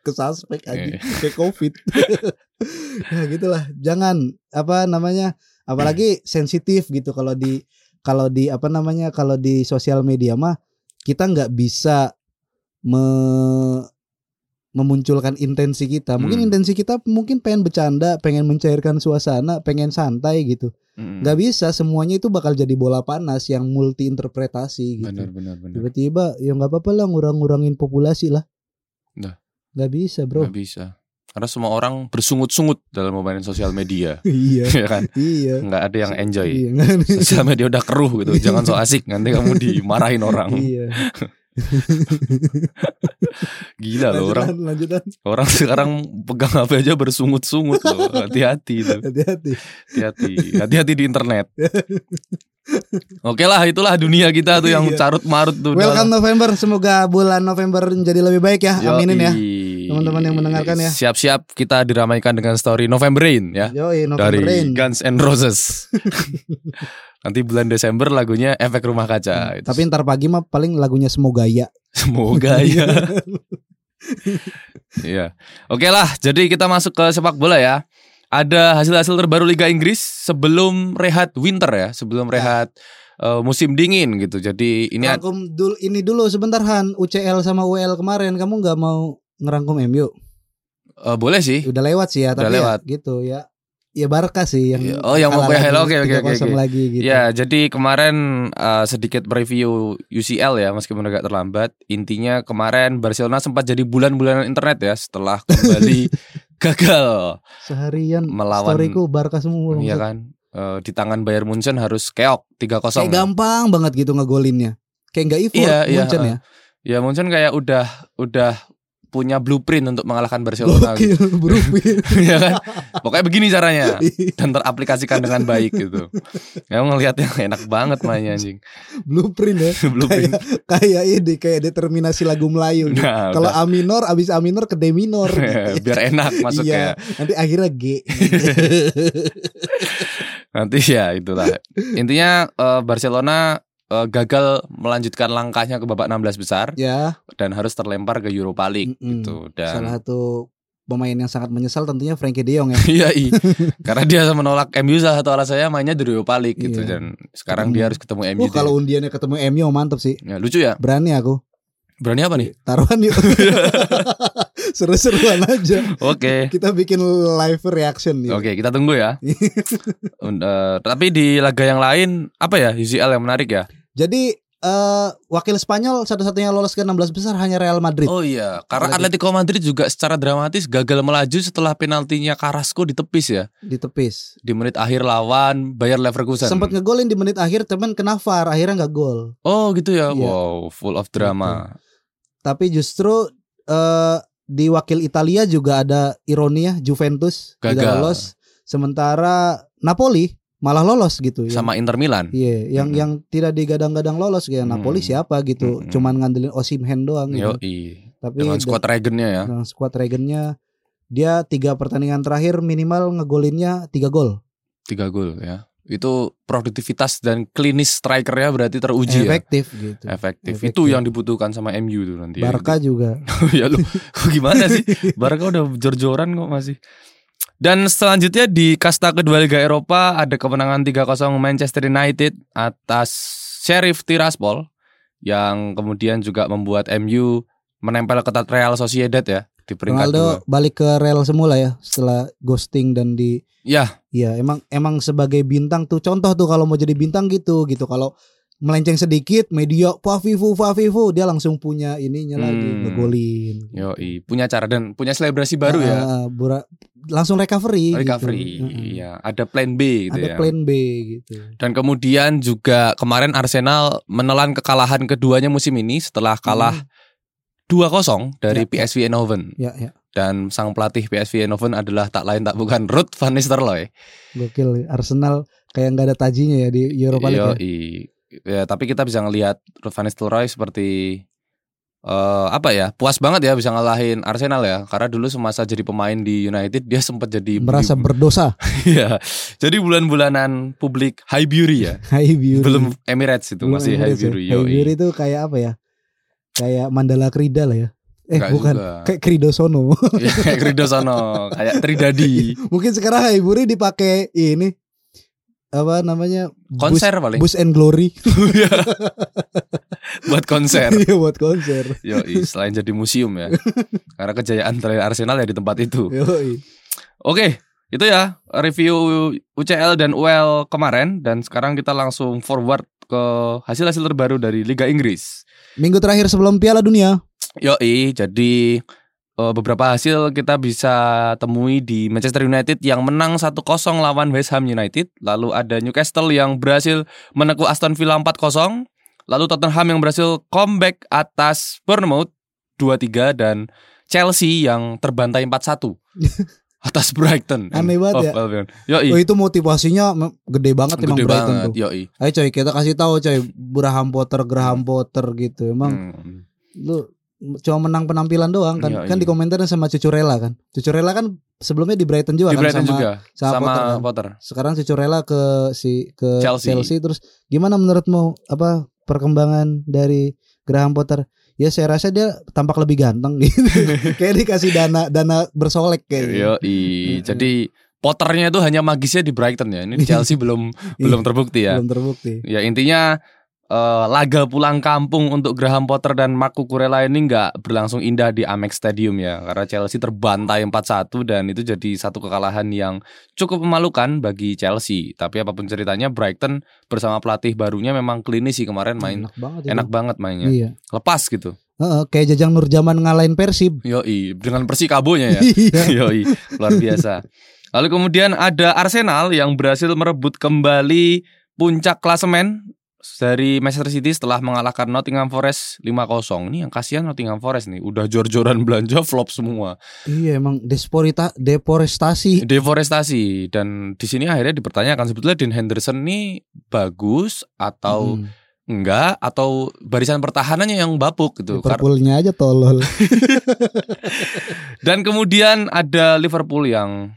Speaker 1: Ke suspek aja
Speaker 2: Iya.
Speaker 1: Kayak covid Ya gitulah Jangan Apa namanya Apalagi sensitif gitu Kalau di Kalau di Apa namanya Kalau di sosial media mah Kita nggak bisa me- memunculkan intensi kita. Mungkin
Speaker 2: Hmm.
Speaker 1: intensi kita mungkin pengen bercanda, pengen mencairkan suasana, pengen santai gitu.
Speaker 2: Mm-mm.
Speaker 1: nggak bisa semuanya itu bakal jadi bola panas yang multi interpretasi gitu
Speaker 2: Bener bener bener.
Speaker 1: tiba-tiba ya nggak apa-apa lah ngurang-ngurangin populasi lah
Speaker 2: Nah.
Speaker 1: nggak bisa bro
Speaker 2: Nggak bisa. Karena semua orang bersungut-sungut dalam memainkan sosial media,
Speaker 1: iya
Speaker 2: ya kan?
Speaker 1: iya
Speaker 2: Nggak ada yang enjoy.
Speaker 1: iya nggak-
Speaker 2: Sosial media udah keruh gitu, jangan so asik nanti kamu dimarahin orang.
Speaker 1: iya
Speaker 2: Gila loh orang
Speaker 1: lanjutan, lanjutan.
Speaker 2: orang sekarang pegang HP aja bersungut-sungut loh. Hati-hati itu.
Speaker 1: Hati-hati.
Speaker 2: Hati-hati. Hati-hati di internet. Oke lah, itulah dunia kita tuh yang
Speaker 1: Iya.
Speaker 2: carut marut tuh.
Speaker 1: Welcome November. Semoga bulan November menjadi lebih baik ya.
Speaker 2: Yoi.
Speaker 1: Aminin ya. Teman-teman yang mendengarkan ya.
Speaker 2: Siap-siap kita diramaikan dengan story November Rain ya.
Speaker 1: Yoi
Speaker 2: Dari
Speaker 1: November Rain.
Speaker 2: Guns and Roses. Nanti bulan Desember lagunya Efek Rumah Kaca. Itu
Speaker 1: Hmm. Tapi ntar pagi mah paling lagunya semoga ya.
Speaker 2: Semoga ya. Iya. Oke lah, jadi kita masuk ke sepak bola ya. Ada hasil-hasil terbaru Liga Inggris sebelum rehat winter ya, sebelum rehat eh, musim dingin gitu. Jadi ini ad-
Speaker 1: Rangkum dul- ini dulu sebentar Han. UCL sama UEL kemarin kamu nggak mau ngerangkum MU?
Speaker 2: eh, boleh sih.
Speaker 1: Udah lewat sih ya,
Speaker 2: Udah
Speaker 1: tapi
Speaker 2: lewat.
Speaker 1: ya gitu ya. Ya Barca sih yang
Speaker 2: Ya, oh, yang mau
Speaker 1: kalah
Speaker 2: PHL,
Speaker 1: lagi,
Speaker 2: oke, oke, oke,
Speaker 1: 3-0
Speaker 2: oke.
Speaker 1: lagi gitu.
Speaker 2: Ya, jadi kemarin eh, sedikit mereview UCL ya, meskipun agak terlambat. Intinya kemarin Barcelona sempat jadi bulan-bulanan internet ya setelah kembali gagal.
Speaker 1: Seharian
Speaker 2: Melawan-
Speaker 1: storyku Barca semua. maksud-
Speaker 2: Iya kan? Eh, di tangan Bayern Munchen harus keok 3-0.
Speaker 1: Kayak gampang banget gitu ngegolinnya. Kayak nggak effort
Speaker 2: kan? Iya, iya,
Speaker 1: Munchen ya.
Speaker 2: Ya Munchen kayak udah udah punya blueprint untuk mengalahkan Barcelona gitu.
Speaker 1: Gokil, berupin.
Speaker 2: ya kan? Pokoknya begini caranya dan teraplikasikan dengan baik gitu. Ya ngelihatnya enak banget mainnya anjing.
Speaker 1: Blueprint ya.
Speaker 2: blueprint.
Speaker 1: Kayak ini kayak determinasi lagu Melayu. gitu.
Speaker 2: Nah,
Speaker 1: Kalau
Speaker 2: udah.
Speaker 1: A minor abis A minor ke D minor. gitu.
Speaker 2: biar enak
Speaker 1: Iya,
Speaker 2: masuknya.
Speaker 1: nanti akhirnya G.
Speaker 2: Nanti ya itulah. Intinya eh, Barcelona eh, gagal melanjutkan langkahnya ke babak 16 besar
Speaker 1: ya,
Speaker 2: dan harus terlempar ke Europa League
Speaker 1: Mm-mm.
Speaker 2: gitu
Speaker 1: Hmm. salah
Speaker 2: dan
Speaker 1: satu pemain yang sangat menyesal tentunya Frankie De Jong ya.
Speaker 2: Iya, i. karena dia menolak MU salah satu alasannya mainnya di Europa League gitu
Speaker 1: Iya.
Speaker 2: dan sekarang dia
Speaker 1: Ketemu-
Speaker 2: harus ketemu MU.
Speaker 1: Wah, Uh, kalau undiannya ketemu MU mantep sih.
Speaker 2: Ya, lucu ya.
Speaker 1: Berani aku.
Speaker 2: Berani apa nih?
Speaker 1: Taruhan yuk. Seru-seruan aja.
Speaker 2: Oke.
Speaker 1: Kita bikin live reaction yuk.
Speaker 2: Eh. Oke, kita tunggu ya. Und- eh, tapi di laga yang lain apa ya UCL yang menarik ya?
Speaker 1: Jadi eh, wakil Spanyol satu-satunya lolos ke 16 besar hanya Real Madrid.
Speaker 2: Oh iya, karena Atletico Madrid juga secara dramatis gagal melaju setelah penaltinya Carrasco ditepis ya
Speaker 1: Ditepis.
Speaker 2: di menit akhir lawan Bayer Leverkusen.
Speaker 1: Sempat ngegolin di menit akhir teman kena VAR, akhirnya nggak gol.
Speaker 2: Oh gitu ya.
Speaker 1: Iya.
Speaker 2: Wow, full of drama.
Speaker 1: Tapi justru eh di wakil Italia juga ada ironi ya Juventus tidak
Speaker 2: Gagal.
Speaker 1: lolos, sementara Napoli malah lolos gitu. Yang-
Speaker 2: Sama Inter Milan.
Speaker 1: Iya, yang
Speaker 2: Mm-mm.
Speaker 1: yang tidak digadang-gadang lolos kayak Napoli
Speaker 2: Mm.
Speaker 1: siapa gitu,
Speaker 2: Mm-mm.
Speaker 1: cuman ngandelin Osimhen doang
Speaker 2: Iya.
Speaker 1: gitu.
Speaker 2: Yoi.
Speaker 1: Tapi
Speaker 2: Dengan
Speaker 1: da-
Speaker 2: squad Regennya ya.
Speaker 1: dengan squad Regennya dia tiga pertandingan terakhir minimal ngegolinnya tiga gol.
Speaker 2: tiga gol ya. Itu produktivitas dan klinis strikernya berarti teruji ya.
Speaker 1: Efektif gitu.
Speaker 2: Efektif.
Speaker 1: Efektif.
Speaker 2: Itu yang dibutuhkan sama MU tuh nanti. ya.
Speaker 1: Barca juga.
Speaker 2: ya lu kok gimana sih Barca udah jor-joran kok masih dan selanjutnya di kasta kedua Liga Eropa ada kemenangan 3-0 Manchester United atas Sheriff Tiraspol yang kemudian juga membuat MU menempel ketat Real Sociedad ya di peringkat dua.
Speaker 1: Ronaldo balik ke Real semula ya setelah ghosting dan di
Speaker 2: Ya.
Speaker 1: Iya, emang emang sebagai bintang tuh contoh tuh kalau mau jadi bintang gitu gitu kalau melenceng sedikit media Favivu Favivu dia langsung punya ininya lagi
Speaker 2: Hmm.
Speaker 1: ngegolin.
Speaker 2: Yoi, punya cara dan punya selebrasi baru ya.
Speaker 1: Ah, bura- langsung recovery.
Speaker 2: Recovery.
Speaker 1: Gitu. Heeh.
Speaker 2: Ya, ada plan B gitu
Speaker 1: Ada
Speaker 2: ya.
Speaker 1: plan B gitu.
Speaker 2: Dan kemudian juga kemarin Arsenal menelan kekalahan keduanya musim ini setelah kalah 2-0 dari
Speaker 1: Hmm. Ya.
Speaker 2: PSV Eindhoven.
Speaker 1: Ya ya,
Speaker 2: Dan sang pelatih PSV Eindhoven adalah tak lain tak bukan Ruud van Nistelrooy.
Speaker 1: gokil. Arsenal kayak nggak ada tajinya ya di Europa
Speaker 2: Iya,
Speaker 1: League. ya.
Speaker 2: Yoi. Ya, tapi kita bisa ngelihat Ruud van Nistelrooy seperti eh, apa ya? Puas banget ya bisa ngalahin Arsenal ya. Karena dulu semasa jadi pemain di United dia sempat jadi
Speaker 1: Merasa berdosa.
Speaker 2: Iya. Jadi bulan-bulanan publik Highbury ya.
Speaker 1: Highbury.
Speaker 2: Belum Emirates itu
Speaker 1: Belum
Speaker 2: masih
Speaker 1: Emirates ya.
Speaker 2: Highbury. yoi.
Speaker 1: Highbury itu kayak apa ya? Kayak Mandala Krida lah ya. Eh
Speaker 2: Nggak
Speaker 1: bukan.
Speaker 2: juga.
Speaker 1: Kayak Kridosono.
Speaker 2: Ya, kayak Rido sono, kayak Tridadi.
Speaker 1: Mungkin sekarang Highbury dipakai ini apa namanya bus,
Speaker 2: Konser paling.
Speaker 1: bus and glory
Speaker 2: Ya. Buat konser.
Speaker 1: Iya, buat konser.
Speaker 2: Yoi, selain jadi museum ya. Karena kejayaan terakhir Arsenal ya di tempat itu.
Speaker 1: Yoi.
Speaker 2: Oke, itu ya review UCL dan UL kemarin dan sekarang kita langsung forward ke hasil-hasil terbaru dari Liga Inggris.
Speaker 1: Minggu terakhir sebelum Piala Dunia.
Speaker 2: Yoi, jadi eh, beberapa hasil kita bisa temui di Manchester United yang menang 1-0 lawan West Ham United, lalu ada Newcastle yang berhasil menekuk Aston Villa 4-0, Lalu Tottenham yang berhasil comeback atas Bournemouth 2-3 dan Chelsea yang terbantai 4-1 atas Brighton.
Speaker 1: Aneh banget
Speaker 2: Of
Speaker 1: ya.
Speaker 2: Albion. Yoi.
Speaker 1: Oh, itu motivasinya me- gede banget emang
Speaker 2: Iya. Gede
Speaker 1: Brighton
Speaker 2: banget.
Speaker 1: tuh.
Speaker 2: Yoi.
Speaker 1: Ayo coy kita kasih tahu coy Graham Potter Graham Potter gitu emang
Speaker 2: Hmm.
Speaker 1: lu cuma menang penampilan doang kan
Speaker 2: Iya,
Speaker 1: kan
Speaker 2: iya.
Speaker 1: dikomentarin sama Cucurella kan Cucurella kan sebelumnya di Brighton juga
Speaker 2: Di
Speaker 1: kan
Speaker 2: Brighton
Speaker 1: sama
Speaker 2: juga
Speaker 1: sama
Speaker 2: sama
Speaker 1: Potter kan. Eh,
Speaker 2: Potter.
Speaker 1: sekarang Cucurella ke si ke
Speaker 2: Chelsea.
Speaker 1: Chelsea. terus gimana menurutmu apa perkembangan dari Graham Potter ya saya rasa dia tampak lebih ganteng gitu kayak dikasih dana dana bersolek kayak gitu.
Speaker 2: Yoi. Jadi Potternya itu hanya magisnya di Brighton ya. Ini di Chelsea belum belum terbukti
Speaker 1: Iya.
Speaker 2: ya.
Speaker 1: belum terbukti
Speaker 2: Ya intinya eh, laga pulang kampung untuk Graham Potter dan Mark Cucurella ini nggak berlangsung indah di Amex Stadium ya karena Chelsea terbantai 4-1 dan itu jadi satu kekalahan yang cukup memalukan bagi Chelsea. Tapi apapun ceritanya Brighton bersama pelatih barunya memang klinis sih kemarin main
Speaker 1: enak banget
Speaker 2: enak banget
Speaker 1: ya.
Speaker 2: mainnya.
Speaker 1: iya
Speaker 2: Lepas gitu.
Speaker 1: Heeh, kayak jajang Nurjaman ngalahin Persib
Speaker 2: Yoi, dengan persikabonya ya.
Speaker 1: Iya.
Speaker 2: Yoi, luar biasa. Lalu kemudian ada Arsenal yang berhasil merebut kembali puncak klasemen dari Manchester City setelah mengalahkan Nottingham Forest 5-0. Ini yang kasihan Nottingham Forest nih, udah jor-joran belanja flop semua.
Speaker 1: Iya emang desporita deforestasi.
Speaker 2: Deforestasi dan di sini akhirnya dipertanyakan sebetulnya Dean Henderson nih bagus atau
Speaker 1: Mm.
Speaker 2: enggak atau barisan pertahanannya yang bapuk gitu. Kar-
Speaker 1: Liverpoolnya aja tolol.
Speaker 2: Dan kemudian ada Liverpool yang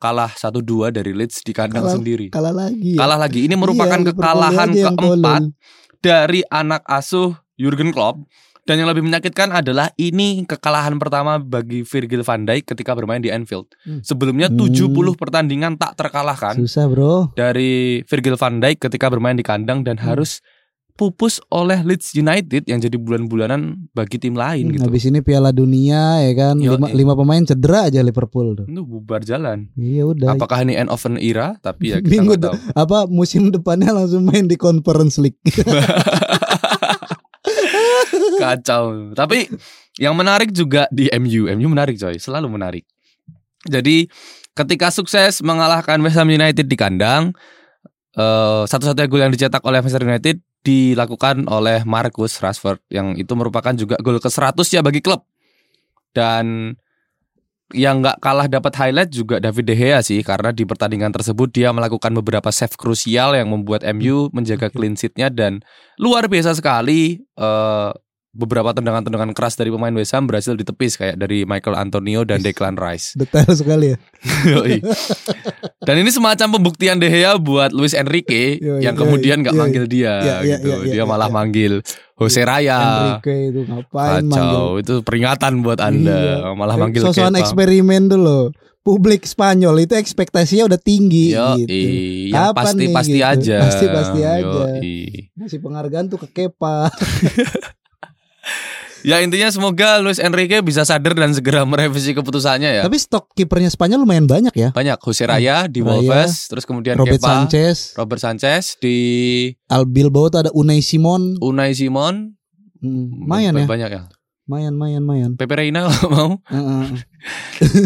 Speaker 2: kalah 1-2 dari Leeds di kandang
Speaker 1: Kalah-
Speaker 2: sendiri.
Speaker 1: Kalah lagi. ya.
Speaker 2: Kalah lagi. Ini
Speaker 1: Iya,
Speaker 2: merupakan
Speaker 1: Liverpool
Speaker 2: kekalahan
Speaker 1: aja yang
Speaker 2: keempat
Speaker 1: tolol.
Speaker 2: dari anak asuh Jurgen Klopp. Dan yang lebih menyakitkan adalah ini kekalahan pertama bagi Virgil van Dijk ketika bermain di Anfield.
Speaker 1: Hmm.
Speaker 2: Sebelumnya
Speaker 1: Hmm.
Speaker 2: 70 pertandingan tak terkalahkan
Speaker 1: Susah bro.
Speaker 2: dari Virgil van Dijk ketika bermain di kandang dan
Speaker 1: Hmm.
Speaker 2: harus pupus oleh Leeds United yang jadi bulan-bulanan bagi tim lain gitu.
Speaker 1: Hmm, Habis ini Piala Dunia ya kan.
Speaker 2: Yo,
Speaker 1: lima,
Speaker 2: iya.
Speaker 1: lima pemain cedera aja Liverpool tuh.
Speaker 2: Itu bubar jalan.
Speaker 1: Iya udah. Apa,
Speaker 2: Apakah ini end of an era? Tapi ya kita
Speaker 1: Minggu
Speaker 2: nggak tahu.
Speaker 1: musim depannya langsung main di Conference League.
Speaker 2: Kacau. Tapi yang menarik juga di MU. MU menarik coy, selalu menarik. Jadi ketika sukses mengalahkan West Ham United di kandang, eh, satu-satunya gol yang dicetak oleh Manchester United dilakukan oleh Marcus Rashford yang itu merupakan juga gol ke-100 ya bagi klub. Dan yang nggak kalah dapat highlight juga David De Gea sih karena di pertandingan tersebut dia melakukan beberapa save krusial yang membuat MU menjaga
Speaker 1: Oke.
Speaker 2: clean sheet-nya dan luar biasa sekali eh, beberapa tendangan-tendangan keras dari pemain West Ham berhasil ditepis kayak dari Michael Antonio dan Declan Rice.
Speaker 1: Detail sekali ya.
Speaker 2: Yoi. Dan ini semacam pembuktian De Gea buat Luis Enrique
Speaker 1: Yoi,
Speaker 2: yang
Speaker 1: yoi,
Speaker 2: kemudian nggak
Speaker 1: yoi.
Speaker 2: manggil dia
Speaker 1: Iya, iya,
Speaker 2: gitu.
Speaker 1: iya, iya,
Speaker 2: dia
Speaker 1: iya,
Speaker 2: malah
Speaker 1: iya.
Speaker 2: manggil Jose Raya.
Speaker 1: Enrique itu ngapain manggil. Iya. Eh,
Speaker 2: Ah. Kacau, itu peringatan buat Anda. Malah manggil
Speaker 1: Sosokan
Speaker 2: Kepa.
Speaker 1: eksperimen dulu. Publik Spanyol itu ekspektasinya udah tinggi
Speaker 2: Yoi,
Speaker 1: gitu.
Speaker 2: yang
Speaker 1: Kapan
Speaker 2: pasti-pasti
Speaker 1: nih gitu?
Speaker 2: aja.
Speaker 1: Pasti-pasti aja.
Speaker 2: Yoi.
Speaker 1: Masih penghargaan tuh ke Kepa.
Speaker 2: Ya intinya semoga Luis Enrique bisa sadar dan segera merevisi keputusannya ya.
Speaker 1: Tapi stok kipernya Spanyol lumayan banyak ya.
Speaker 2: Banyak Jose Raya di
Speaker 1: Raya,
Speaker 2: Wolves, terus kemudian
Speaker 1: Robert
Speaker 2: Kepa,
Speaker 1: Sanchez,
Speaker 2: Robert Sanchez di
Speaker 1: Al Bilbao tuh ada Unai Simon.
Speaker 2: Unai Simon.
Speaker 1: Hmm, Mayan ya,
Speaker 2: Banyak ya.
Speaker 1: mayan, mayan, mayan.
Speaker 2: Pepe Reina kalau mau.
Speaker 1: Heeh.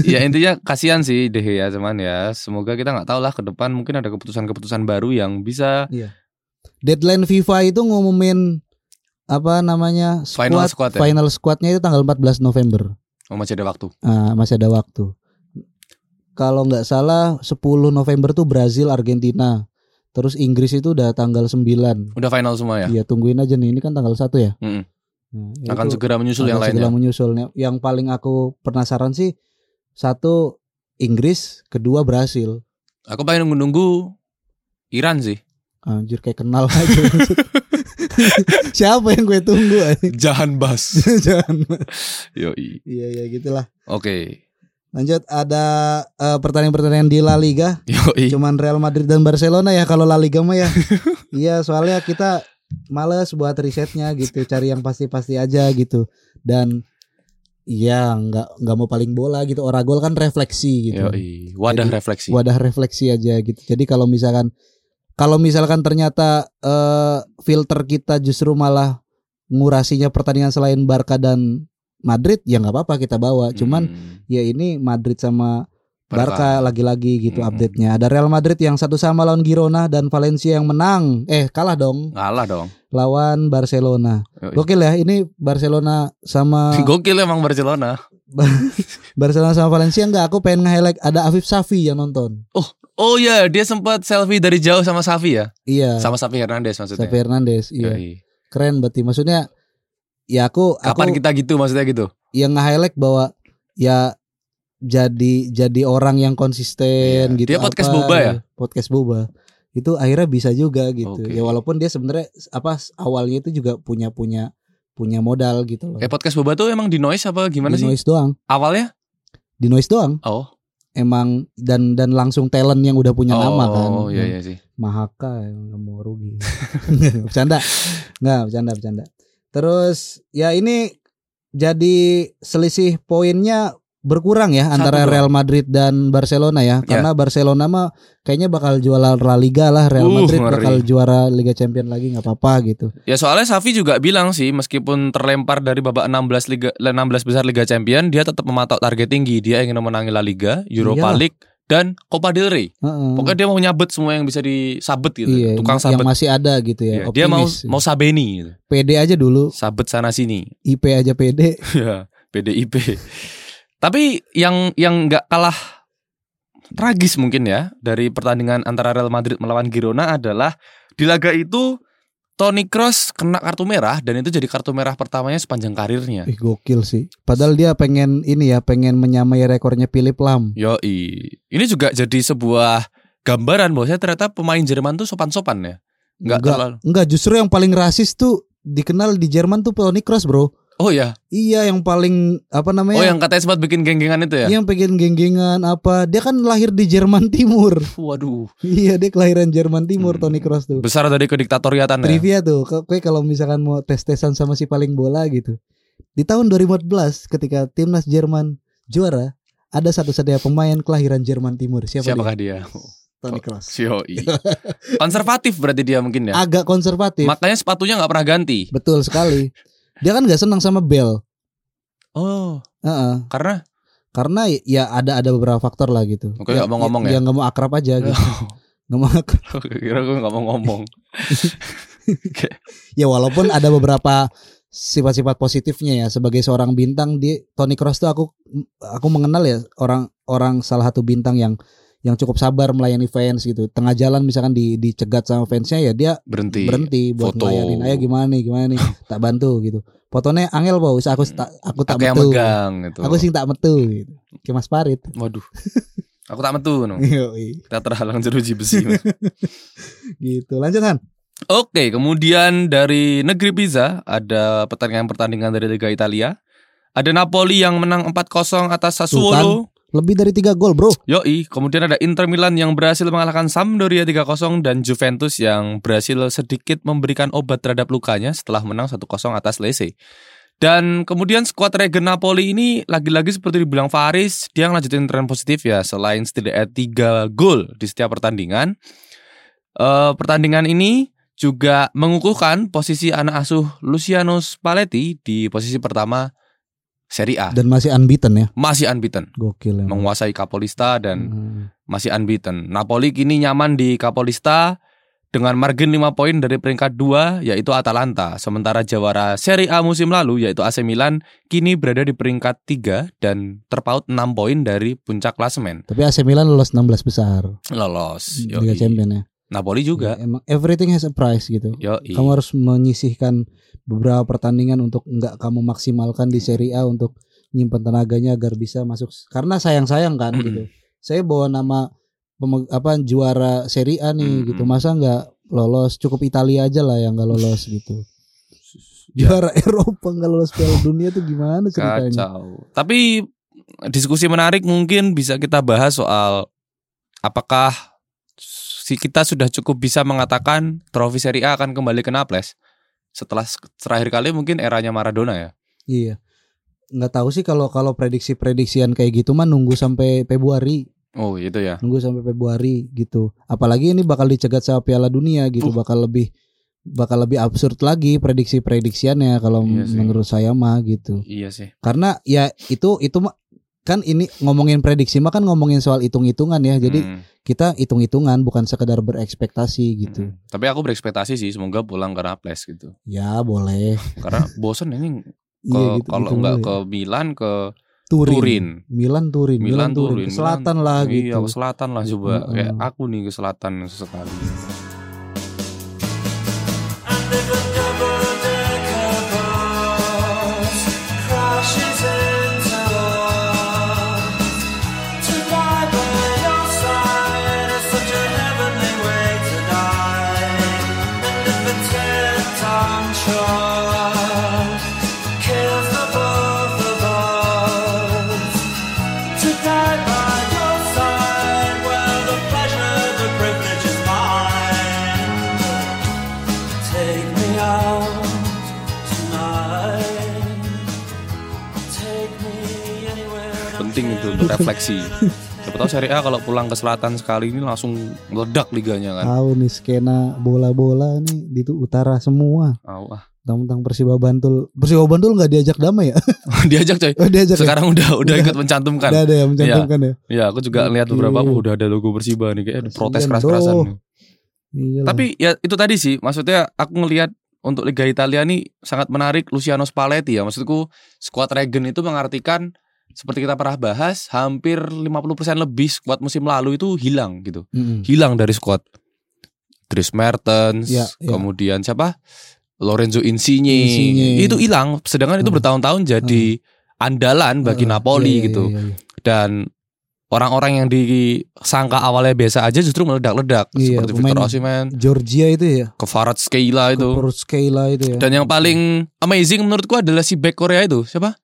Speaker 2: ya intinya kasihan sih deh ya cuman ya semoga kita nggak tahu lah ke depan mungkin ada keputusan-keputusan baru yang bisa
Speaker 1: Deadline FIFA itu ngumumin apa namanya
Speaker 2: Final squad ya?
Speaker 1: final squadnya itu tanggal 14 November.
Speaker 2: oh, masih ada waktu
Speaker 1: Ah, masih ada waktu. Kalau nggak salah 10 November tuh Brazil, Argentina. Terus Inggris itu udah tanggal 9.
Speaker 2: udah final semua ya
Speaker 1: Iya, tungguin aja nih. Ini kan tanggal 1 ya.
Speaker 2: Mm-mm.
Speaker 1: Nah, ya
Speaker 2: akan
Speaker 1: itu-
Speaker 2: segera menyusul yang
Speaker 1: Akan segera
Speaker 2: lainnya
Speaker 1: menyusul. Yang paling aku penasaran sih satu Inggris, kedua Brasil.
Speaker 2: aku pengen nunggu-nunggu Iran sih
Speaker 1: Anjir kayak kenal aja. Siapa yang gue tunggu anjing?
Speaker 2: Jahan Bas
Speaker 1: Jangan.
Speaker 2: yoi
Speaker 1: Iya ya gitulah.
Speaker 2: oke
Speaker 1: Lanjut ada eh, pertandingan-pertandingan di La Liga.
Speaker 2: yoi
Speaker 1: Cuman Real Madrid dan Barcelona ya kalau La Liga mah ya. iya, soalnya kita males buat risetnya gitu, cari yang pasti-pasti aja gitu. Dan Iya, nggak nggak mau paling bola gitu. Oragol kan refleksi gitu.
Speaker 2: yoi wadah
Speaker 1: Jadi,
Speaker 2: refleksi
Speaker 1: wadah refleksi aja gitu. Jadi kalau misalkan kalau misalkan ternyata eh, filter kita justru malah ngurasinya pertandingan selain Barca dan Madrid ya nggak apa-apa kita bawa. Cuman
Speaker 2: Hmm.
Speaker 1: ya ini Madrid sama Barca lagi-lagi gitu
Speaker 2: Mm-mm.
Speaker 1: update-nya. Ada Real Madrid yang satu sama lawan Girona dan Valencia yang menang. Eh kalah dong
Speaker 2: Ngalah dong.
Speaker 1: lawan Barcelona.
Speaker 2: Yoi.
Speaker 1: Gokil ya ini Barcelona sama
Speaker 2: Gokil emang Barcelona.
Speaker 1: Barcelona sama Valencia enggak aku pengen nge-highlight ada Afif Safi yang nonton.
Speaker 2: Oh iya, dia sempat selfie dari jauh sama Safi ya.
Speaker 1: Iya.
Speaker 2: Sama Safi Hernandez maksudnya.
Speaker 1: Safi Hernandez. Iya.
Speaker 2: Yoi.
Speaker 1: Keren berarti maksudnya ya aku
Speaker 2: Kapan
Speaker 1: aku Oh.
Speaker 2: kita gitu maksudnya gitu?
Speaker 1: yang nge-highlight bahwa ya jadi jadi orang yang konsisten
Speaker 2: Iya.
Speaker 1: gitu.
Speaker 2: Dia podcast boba ya?
Speaker 1: Podcast boba. Itu akhirnya bisa juga gitu.
Speaker 2: Oke.
Speaker 1: Ya walaupun dia sebenarnya apa awalnya itu juga punya punya punya modal gitu loh.
Speaker 2: Eh podcast Boba tuh emang di noise apa gimana
Speaker 1: di
Speaker 2: sih?
Speaker 1: noise doang.
Speaker 2: Awalnya?
Speaker 1: Di noise doang.
Speaker 2: Oh.
Speaker 1: Emang dan dan langsung talent yang udah punya nama kan.
Speaker 2: Oh iya iya sih.
Speaker 1: Mahaka yang nggak mau rugi. bercanda. Nggak, bercanda, bercanda. Terus ya ini jadi selisih poinnya berkurang ya
Speaker 2: Satu
Speaker 1: antara
Speaker 2: doang.
Speaker 1: Real Madrid dan Barcelona ya.
Speaker 2: Ya.
Speaker 1: Karena Barcelona mah kayaknya bakal juara La Liga lah, Real
Speaker 2: Uh,
Speaker 1: Madrid
Speaker 2: ngeri.
Speaker 1: bakal juara Liga Champion lagi nggak apa-apa gitu.
Speaker 2: Ya soalnya Safi juga bilang sih meskipun terlempar dari babak 16 liga 16 besar Liga Champion, dia tetap mematok target tinggi. Dia ingin memenangi La Liga, Europa
Speaker 1: Iyalah.
Speaker 2: League dan Copa del Rey.
Speaker 1: Heeh.
Speaker 2: Pokoknya dia mau nyabet semua yang bisa disabet gitu.
Speaker 1: Iya,
Speaker 2: Tukang
Speaker 1: yang
Speaker 2: sabet.
Speaker 1: masih ada gitu ya.
Speaker 2: Iya, dia mau
Speaker 1: optimis.
Speaker 2: mau sabeni gitu.
Speaker 1: PD aja dulu,
Speaker 2: Sabet sana sini.
Speaker 1: IP aja PD.
Speaker 2: Ya, PDIP. Tapi yang yang nggak kalah tragis mungkin ya dari pertandingan antara Real Madrid melawan Girona adalah di laga itu Toni Kroos kena kartu merah dan itu jadi kartu merah pertamanya sepanjang karirnya.
Speaker 1: Ih gokil sih. Padahal dia pengen ini ya, pengen menyamai rekornya Philip Lam.
Speaker 2: Yoi. Ini juga jadi sebuah gambaran bahwa ternyata pemain Jerman tuh sopan-sopan ya. Nggak
Speaker 1: Enggak.
Speaker 2: terlalu.
Speaker 1: Enggak, justru yang paling rasis tuh dikenal di Jerman tuh Toni Kroos, Bro.
Speaker 2: Oh ya.
Speaker 1: Iya, yang paling apa namanya?
Speaker 2: Oh yang katanya sempat bikin geng-gengan itu ya.
Speaker 1: Yang pengen genggengan apa? Dia kan lahir di Jerman Timur.
Speaker 2: Waduh.
Speaker 1: iya, dia kelahiran Jerman Timur
Speaker 2: Hmm.
Speaker 1: Toni Kroos tuh.
Speaker 2: Besar dari kediktatoriatan ya.
Speaker 1: Trivia tuh, ke- kue kalau misalkan mau tes-tesan sama si paling bola gitu. Di tahun 2014 ketika timnas Jerman juara, ada satu-satunya pemain kelahiran Jerman Timur. Siapa, dia?
Speaker 2: Siapakah dia? Oh,
Speaker 1: Toni Kroos.
Speaker 2: Yoi. Konservatif berarti dia mungkin ya.
Speaker 1: Agak konservatif.
Speaker 2: Makanya sepatunya nggak pernah ganti.
Speaker 1: Betul sekali. Dia kan nggak senang sama Bell.
Speaker 2: Oh,
Speaker 1: Heeh.
Speaker 2: karena
Speaker 1: karena ya ada ada beberapa faktor lah gitu.
Speaker 2: Oke, nggak mau ngomong ya?
Speaker 1: Yang nggak mau akrab aja gitu. Nggak mau akrab.
Speaker 2: kira gue nggak mau ngomong.
Speaker 1: Ya walaupun ada beberapa sifat-sifat positifnya ya sebagai seorang bintang di Tony Cross tuh aku aku mengenal ya orang orang salah satu bintang yang yang cukup sabar melayani fans gitu. Tengah jalan misalkan di dicegat sama fansnya ya dia
Speaker 2: Berhenti.
Speaker 1: berhenti buat
Speaker 2: foto.
Speaker 1: melayani. Ayo gimana nih, gimana nih? tak bantu gitu. Fotonya angel bau, aku tak aku tak
Speaker 2: Aku yang
Speaker 1: metu.
Speaker 2: megang gitu.
Speaker 1: Aku sing tak metu gitu. Kayak Mas Parit.
Speaker 2: Waduh. Aku tak metu no.
Speaker 1: Yoi.
Speaker 2: Kita terhalang jeruji besi. Mas.
Speaker 1: gitu. Lanjut Han.
Speaker 2: Oke, kemudian dari negeri Pisa ada pertandingan-pertandingan dari Liga Italia. Ada Napoli yang menang 4-0 atas
Speaker 1: kan.
Speaker 2: Sassuolo.
Speaker 1: Lebih dari tiga gol, Bro.
Speaker 2: Yoi, kemudian ada Inter Milan yang berhasil mengalahkan Sampdoria 3-0 dan Juventus yang berhasil sedikit memberikan obat terhadap lukanya setelah menang 1-0 atas Lecce. Dan kemudian skuad Regen Napoli ini lagi-lagi seperti dibilang Faris, dia ngelanjutin tren positif ya selain setidaknya 3 gol di setiap pertandingan. Eh, pertandingan ini juga mengukuhkan posisi anak asuh Luciano Spalletti di posisi pertama Serie A.
Speaker 1: Dan masih unbeaten ya.
Speaker 2: Masih unbeaten,
Speaker 1: Gokil emang.
Speaker 2: menguasai Kapolista dan
Speaker 1: Hmm.
Speaker 2: masih unbeaten. Napoli kini nyaman di Kapolista dengan margin 5 poin dari peringkat 2 yaitu Atalanta. Sementara jawara Serie A musim lalu yaitu AC Milan kini berada di peringkat 3 dan terpaut 6 poin dari puncak klasemen.
Speaker 1: Tapi AC Milan lolos 16 besar
Speaker 2: Lolos.
Speaker 1: di
Speaker 2: Yoi.
Speaker 1: Liga Champion ya.
Speaker 2: Napoli juga.
Speaker 1: Emang everything has a price gitu.
Speaker 2: Yoi.
Speaker 1: Kamu harus menyisihkan beberapa pertandingan untuk nggak kamu maksimalkan di Serie A untuk nyimpan tenaganya agar bisa masuk karena sayang-sayang kan
Speaker 2: Mm-mm.
Speaker 1: gitu. Saya bawa nama pemeg- apa juara Serie A nih
Speaker 2: Mm-mm.
Speaker 1: gitu. Masa nggak lolos? Cukup Italia aja lah yang nggak lolos gitu.
Speaker 2: Ya.
Speaker 1: Juara Eropa nggak lolos Piala Dunia tuh gimana ceritanya?
Speaker 2: Kacau. Tapi diskusi menarik mungkin bisa kita bahas soal apakah si kita sudah cukup bisa mengatakan trofi Serie A akan kembali ke Naples setelah s- terakhir kali mungkin eranya Maradona ya.
Speaker 1: Iya. Nggak tahu sih kalau kalau prediksi-prediksian kayak gitu mah nunggu sampai Februari,
Speaker 2: Oh, gitu ya.
Speaker 1: nunggu sampai Februari gitu. Apalagi ini bakal dicegat sama Piala Dunia gitu,
Speaker 2: Uh.
Speaker 1: bakal lebih bakal lebih absurd lagi prediksi-prediksiannya kalau
Speaker 2: Iya sih.
Speaker 1: menurut saya mah gitu.
Speaker 2: Iya sih.
Speaker 1: Karena ya itu itu mah kan ini ngomongin prediksi mah kan ngomongin soal hitung-hitungan ya. Jadi
Speaker 2: Hmm.
Speaker 1: kita hitung-hitungan bukan sekedar berekspektasi gitu.
Speaker 2: Mm. Tapi aku berekspektasi sih semoga pulang ke Naples gitu.
Speaker 1: Ya boleh.
Speaker 2: Karena bosen ini
Speaker 1: Iya,
Speaker 2: ke-
Speaker 1: gitu-
Speaker 2: kalau
Speaker 1: gitu
Speaker 2: nggak
Speaker 1: boleh.
Speaker 2: ke Milan ke
Speaker 1: Turin.
Speaker 2: Turin.
Speaker 1: Milan Turin, Milan,
Speaker 2: Milan
Speaker 1: Turin,
Speaker 2: Turin,
Speaker 1: ke selatan lah gitu.
Speaker 2: Iya ke selatan lah coba.
Speaker 1: Mm-mm.
Speaker 2: Kayak aku nih ke selatan sesekali.
Speaker 3: Take me out tonight. Take me anywhere.
Speaker 2: Penting itu untuk refleksi. Siapa tahu Serie A kalau pulang ke selatan sekali ini langsung meledak liganya kan.
Speaker 1: Tahu nih skena bola-bola nih di tu- utara semua.
Speaker 2: Ah, wah.
Speaker 1: Tentang Persiba Bantul. Persiba Bantul nggak diajak damai ya?
Speaker 2: Diajak coy.
Speaker 1: Oh, diajak. ya?
Speaker 2: Sekarang kan? udah udah
Speaker 1: Udah.
Speaker 2: ikut mencantumkan.
Speaker 1: Udah ada ya mencantumkan ya.
Speaker 2: Ya, aku juga
Speaker 1: Oke.
Speaker 2: lihat beberapa "Wah, udah ada logo Persiba nih kayak
Speaker 1: Kasian
Speaker 2: protes
Speaker 1: dong.
Speaker 2: keras-kerasan.
Speaker 1: Iyalah.
Speaker 2: Tapi ya itu tadi sih, maksudnya aku ngelihat untuk Liga Italia nih sangat menarik Luciano Spalletti ya. Maksudku skuad Regen itu mengartikan seperti kita pernah bahas, hampir 50% lebih skuad musim lalu itu hilang gitu.
Speaker 1: Mm-mm.
Speaker 2: Hilang dari skuad. Dries Mertens,
Speaker 1: Ya, ya.
Speaker 2: kemudian siapa? Lorenzo Insigne.
Speaker 1: Insigne.
Speaker 2: Itu hilang, sedangkan itu
Speaker 1: Hmm.
Speaker 2: bertahun-tahun jadi andalan bagi
Speaker 1: Heeh,
Speaker 2: Napoli
Speaker 1: iya, iya,
Speaker 2: gitu.
Speaker 1: iya, iya.
Speaker 2: Dan orang-orang yang disangka awalnya biasa aja justru meledak-ledak
Speaker 1: Iya,
Speaker 2: seperti Victor
Speaker 1: pemain-
Speaker 2: Osimhen,
Speaker 1: Georgia itu ya,
Speaker 2: Kvarat Skeila itu.
Speaker 1: Koporskela itu ya.
Speaker 2: Dan yang paling amazing menurutku adalah si back Korea itu. Siapa?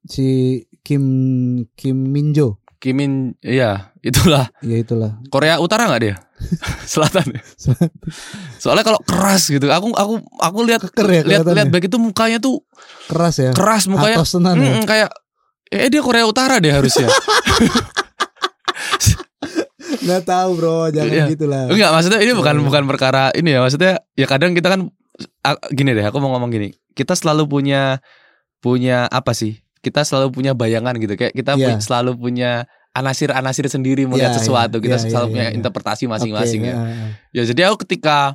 Speaker 1: si Kim Kim Minjo,
Speaker 2: Kimin ya, itulah.
Speaker 1: ya itulah.
Speaker 2: Korea Utara nggak dia? Selatan. ya?
Speaker 1: Selatan.
Speaker 2: Soalnya kalau keras gitu. Aku aku aku lihat
Speaker 1: Keker ya
Speaker 2: lihat
Speaker 1: kelihatannya.
Speaker 2: lihat back itu mukanya tuh
Speaker 1: Keras ya.
Speaker 2: keras mukanya.
Speaker 1: Atos tenan ya.
Speaker 2: Mm-mm, kayak eh dia Korea Utara deh harusnya.
Speaker 1: Nggak tahu bro, jangan gitu
Speaker 2: Iya.
Speaker 1: gitulah.
Speaker 2: Enggak, maksudnya ini
Speaker 1: Iya.
Speaker 2: bukan bukan perkara ini ya. Maksudnya ya kadang kita kan a- gini deh, aku mau ngomong gini. Kita selalu punya punya apa sih? Kita selalu punya bayangan gitu. Kayak kita pu-
Speaker 1: Iya.
Speaker 2: selalu punya anasir-anasir sendiri melihat
Speaker 1: Iya,
Speaker 2: sesuatu.
Speaker 1: iya,
Speaker 2: Kita
Speaker 1: iya,
Speaker 2: selalu
Speaker 1: iya,
Speaker 2: punya
Speaker 1: iya.
Speaker 2: interpretasi
Speaker 1: Oke,
Speaker 2: masing-masing ya.
Speaker 1: iya, iya.
Speaker 2: Ya jadi aku ketika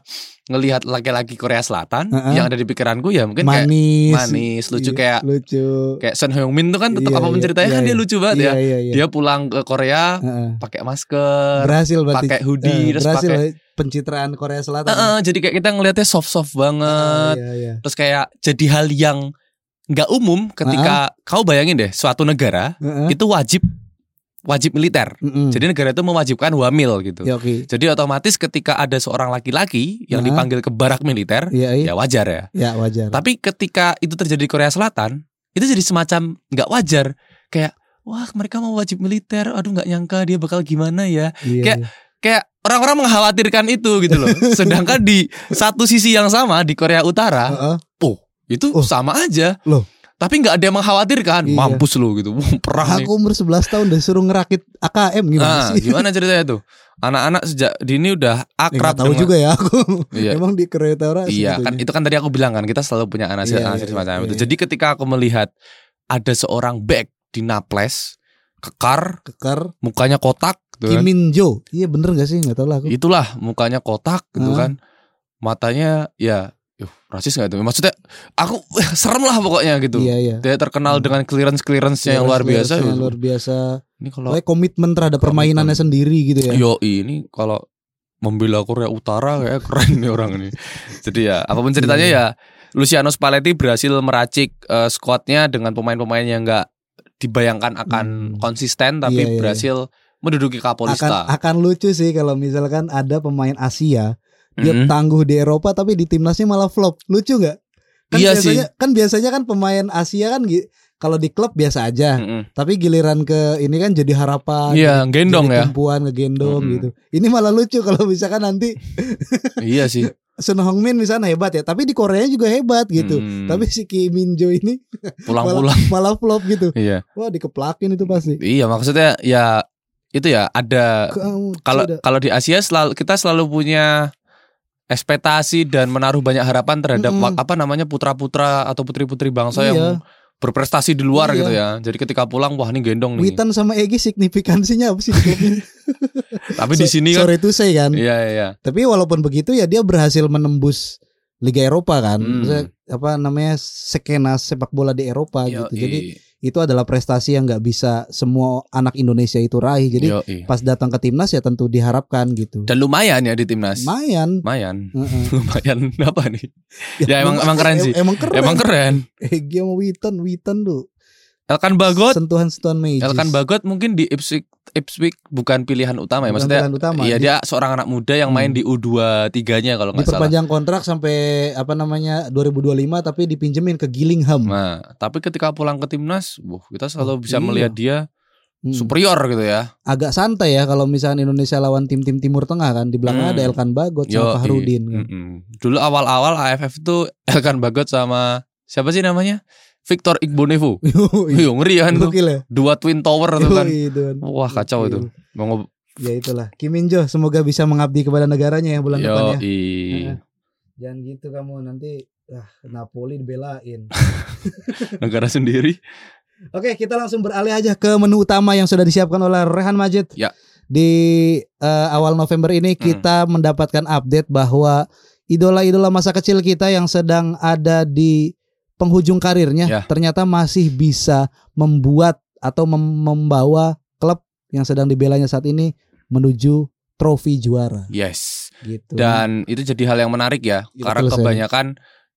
Speaker 2: ngelihat laki-laki Korea Selatan
Speaker 1: Heeh.
Speaker 2: yang ada di pikiranku ya mungkin kayak
Speaker 1: Manis.
Speaker 2: manis, lucu
Speaker 1: Iya,
Speaker 2: kayak
Speaker 1: lucu.
Speaker 2: kayak Son Heung Min tuh kan tetap
Speaker 1: Iya,
Speaker 2: apa
Speaker 1: iya,
Speaker 2: menceritanya
Speaker 1: iya,
Speaker 2: kan dia
Speaker 1: iya.
Speaker 2: lucu banget
Speaker 1: iya,
Speaker 2: ya.
Speaker 1: iya, Ah, iya.
Speaker 2: Dia pulang ke Korea
Speaker 1: Heeh.
Speaker 2: pakai masker,
Speaker 1: berhasil berarti.
Speaker 2: pakai hoodie,
Speaker 1: Eh,
Speaker 2: terus
Speaker 1: berhasil
Speaker 2: pakai-
Speaker 1: ya, pencitraan Korea Selatan.
Speaker 2: Heeh, jadi kayak kita ngelihatnya soft-soft
Speaker 1: Ah,
Speaker 2: banget.
Speaker 1: iya, iya.
Speaker 2: Terus kayak jadi hal yang nggak umum ketika kau bayangin deh suatu negara
Speaker 1: Heeh.
Speaker 2: itu wajib wajib militer.
Speaker 1: Mm-mm.
Speaker 2: Gitu. Jadi negara itu mewajibkan wamil gitu.
Speaker 1: Ya, oke.
Speaker 2: Jadi otomatis ketika ada seorang laki-laki yang
Speaker 1: Heeh.
Speaker 2: dipanggil ke barak militer,
Speaker 1: Iya, iya.
Speaker 2: ya wajar ya.
Speaker 1: Ya, wajar.
Speaker 2: Tapi ketika itu terjadi di Korea Selatan, itu jadi semacam nggak wajar. Kayak wah mereka mau wajib militer, aduh nggak nyangka dia bakal gimana ya.
Speaker 1: Iya,
Speaker 2: kayak-
Speaker 1: iya.
Speaker 2: kayak orang-orang mengkhawatirkan itu gitu loh. Sedangkan di satu sisi yang sama di Korea Utara
Speaker 1: Heeh.
Speaker 2: itu
Speaker 1: Oh.
Speaker 2: sama aja.
Speaker 1: Loh.
Speaker 2: Tapi nggak ada yang mengkhawatirkan.
Speaker 1: Iya.
Speaker 2: Mampus lu gitu. Wah, Perang nih.
Speaker 1: Aku umur 11 tahun udah suruh ngerakit AKM gimana
Speaker 2: Ah,
Speaker 1: sih?
Speaker 2: gimana ceritanya tuh? Anak-anak sejak dini
Speaker 1: Ya,
Speaker 2: udah
Speaker 1: nggak
Speaker 2: akrab
Speaker 1: tahu
Speaker 2: dengan-
Speaker 1: juga ya aku.
Speaker 2: Iya.
Speaker 1: Emang di Korea Utara gitu ya.
Speaker 2: Iya, kan
Speaker 1: sebetulnya.
Speaker 2: itu kan tadi aku bilang kan kita selalu punya anasir
Speaker 1: Iya,
Speaker 2: anasir
Speaker 1: iya,
Speaker 2: semacam
Speaker 1: iya,
Speaker 2: itu.
Speaker 1: iya.
Speaker 2: Jadi ketika aku melihat ada seorang back di Naples kekar,
Speaker 1: kekar
Speaker 2: mukanya kotak gitu
Speaker 1: Kim
Speaker 2: kan.
Speaker 1: Min Jo. Iya bener gak sih? Gak tau lah aku.
Speaker 2: itulah mukanya kotak gitu
Speaker 1: Heeh.
Speaker 2: kan matanya ya yuh, rasis nggak itu maksudnya aku serem lah pokoknya gitu
Speaker 1: Iya iya.
Speaker 2: dia terkenal
Speaker 1: Hmm.
Speaker 2: dengan clearance clearance-nya yang luar biasa
Speaker 1: Clearance-nya
Speaker 2: gitu.
Speaker 1: luar biasa.
Speaker 2: ini kalau Iya,
Speaker 1: Pokoknya komitmen terhadap permainannya sendiri gitu ya.
Speaker 2: yo ini kalau membela Korea Utara kayak keren nih orang ini jadi ya apapun ceritanya
Speaker 1: Iya.
Speaker 2: ya Luciano Spalletti berhasil meracik eh, squadnya dengan pemain-pemain yang nggak dibayangkan akan
Speaker 1: Hmm.
Speaker 2: konsisten
Speaker 1: Iya,
Speaker 2: tapi
Speaker 1: iya, iya.
Speaker 2: berhasil menduduki
Speaker 1: Akan
Speaker 2: kapolista
Speaker 1: akan lucu sih kalau misalkan ada pemain Asia dia
Speaker 2: Mm-mm.
Speaker 1: tangguh di Eropa tapi di timnasnya malah flop. Lucu nggak? Kan
Speaker 2: Iya
Speaker 1: biasanya kan biasanya kan pemain Asia kan gi- kalau di klub biasa aja,
Speaker 2: Mm-mm.
Speaker 1: tapi giliran ke ini kan jadi harapan.
Speaker 2: Mm. Hmm. iya
Speaker 1: jadi- gitu.
Speaker 2: gendong
Speaker 1: jadi
Speaker 2: ya
Speaker 1: tumpuan ngegendong
Speaker 2: Mm-mm.
Speaker 1: gitu. Ini malah lucu kalau misalkan nanti
Speaker 2: iya sih
Speaker 1: Sun Hongmin misalnya hebat ya, tapi di Korea juga hebat gitu.
Speaker 2: Mm.
Speaker 1: Tapi si Kim Min Jo ini
Speaker 2: pulang-pulang
Speaker 1: malah flop gitu.
Speaker 2: Iya.
Speaker 1: Wah dikeplakin itu pasti.
Speaker 2: Iya, maksudnya ya itu ya ada
Speaker 1: Kamu
Speaker 2: kalau
Speaker 1: tidak-
Speaker 2: kalau di Asia selalu kita selalu punya ekspektasi dan menaruh banyak harapan terhadap
Speaker 1: Mm-mm.
Speaker 2: wa- apa namanya putra-putra atau putri-putri bangsa
Speaker 1: Iya.
Speaker 2: yang berprestasi di luar
Speaker 1: Iya.
Speaker 2: gitu ya. Jadi ketika pulang wah ini gendong nih.
Speaker 1: Witan sama Egi signifikansinya apa sih? di klub ini?
Speaker 2: Tapi di sini kan
Speaker 1: Sorry to say kan.
Speaker 2: Iya iya. iya.
Speaker 1: Tapi walaupun begitu ya dia berhasil menembus Liga Eropa kan.
Speaker 2: Hmm.
Speaker 1: Maksudnya, apa namanya skena sepak bola di Eropa gitu.
Speaker 2: Yoi.
Speaker 1: Jadi itu adalah prestasi yang nggak bisa semua anak Indonesia itu raih. Jadi
Speaker 2: Yoi.
Speaker 1: pas datang ke timnas ya tentu diharapkan gitu.
Speaker 2: dan lumayan ya di timnas.
Speaker 1: Lumayan.
Speaker 2: Lumayan.
Speaker 1: Heeh.
Speaker 2: Lumayan apa nih? Ya, emang-
Speaker 1: lumayan.
Speaker 2: emang keren sih.
Speaker 1: Emang keren.
Speaker 2: Emang keren.
Speaker 1: Egi sama Witan, Witan tuh
Speaker 2: Elkan Bagot,
Speaker 1: sentuhan-sentuhan magic.
Speaker 2: Elkan Bagot ya, mungkin di Ipswich Ipswich bukan pilihan utama ya
Speaker 1: Bukan
Speaker 2: maksudnya.
Speaker 1: pilihan utama. Hmm.
Speaker 2: Iya
Speaker 1: Di-
Speaker 2: dia seorang anak muda yang main di U23-nya kalau nggak salah.
Speaker 1: diperpanjang kontrak sampai apa namanya 2025 tapi dipinjemin ke Gillingham.
Speaker 2: Nah, tapi ketika pulang ke timnas, wah kita selalu
Speaker 1: Oh,
Speaker 2: bisa
Speaker 1: iya.
Speaker 2: melihat dia
Speaker 1: Hmm.
Speaker 2: superior gitu ya.
Speaker 1: Agak santai ya kalau misalnya Indonesia lawan tim-tim Timur Tengah kan di belakang
Speaker 2: Hmm.
Speaker 1: ada Elkan Bagot
Speaker 2: Yoi. Hmm.
Speaker 1: sama Fahrudin kan.
Speaker 2: Mm-mm. Dulu awal-awal AFF itu Elkan Bagot sama siapa sih namanya? Victor Igbonevo.
Speaker 1: Yoi.
Speaker 2: Yo ngeri kan tuh.
Speaker 1: Gokil ya.
Speaker 2: Dua twin tower tuh kan.
Speaker 1: Yoi, itu kan.
Speaker 2: Wah, kacau itu. Mau ngob-
Speaker 1: Ya itulah. Kim Min Jo semoga bisa mengabdi kepada negaranya yang bulan depan ya.
Speaker 2: Yoi.
Speaker 1: Heeh. Jangan gitu kamu nanti ah, Napoli dibelain.
Speaker 2: negara sendiri.
Speaker 1: Oke, kita langsung beralih aja ke menu utama yang sudah disiapkan oleh Rehan Majid.
Speaker 2: Ya. Hmm.
Speaker 1: Di eh, awal November ini kita mendapatkan update bahwa idola-idola masa kecil kita yang sedang ada di penghujung karirnya
Speaker 2: Ya.
Speaker 1: ternyata masih bisa membuat atau mem- membawa klub yang sedang dibelanya saat ini menuju trofi juara
Speaker 2: Yes.
Speaker 1: gitu.
Speaker 2: Dan itu jadi hal yang menarik ya,
Speaker 1: Iya,
Speaker 2: karena
Speaker 1: betul sekali.
Speaker 2: kebanyakan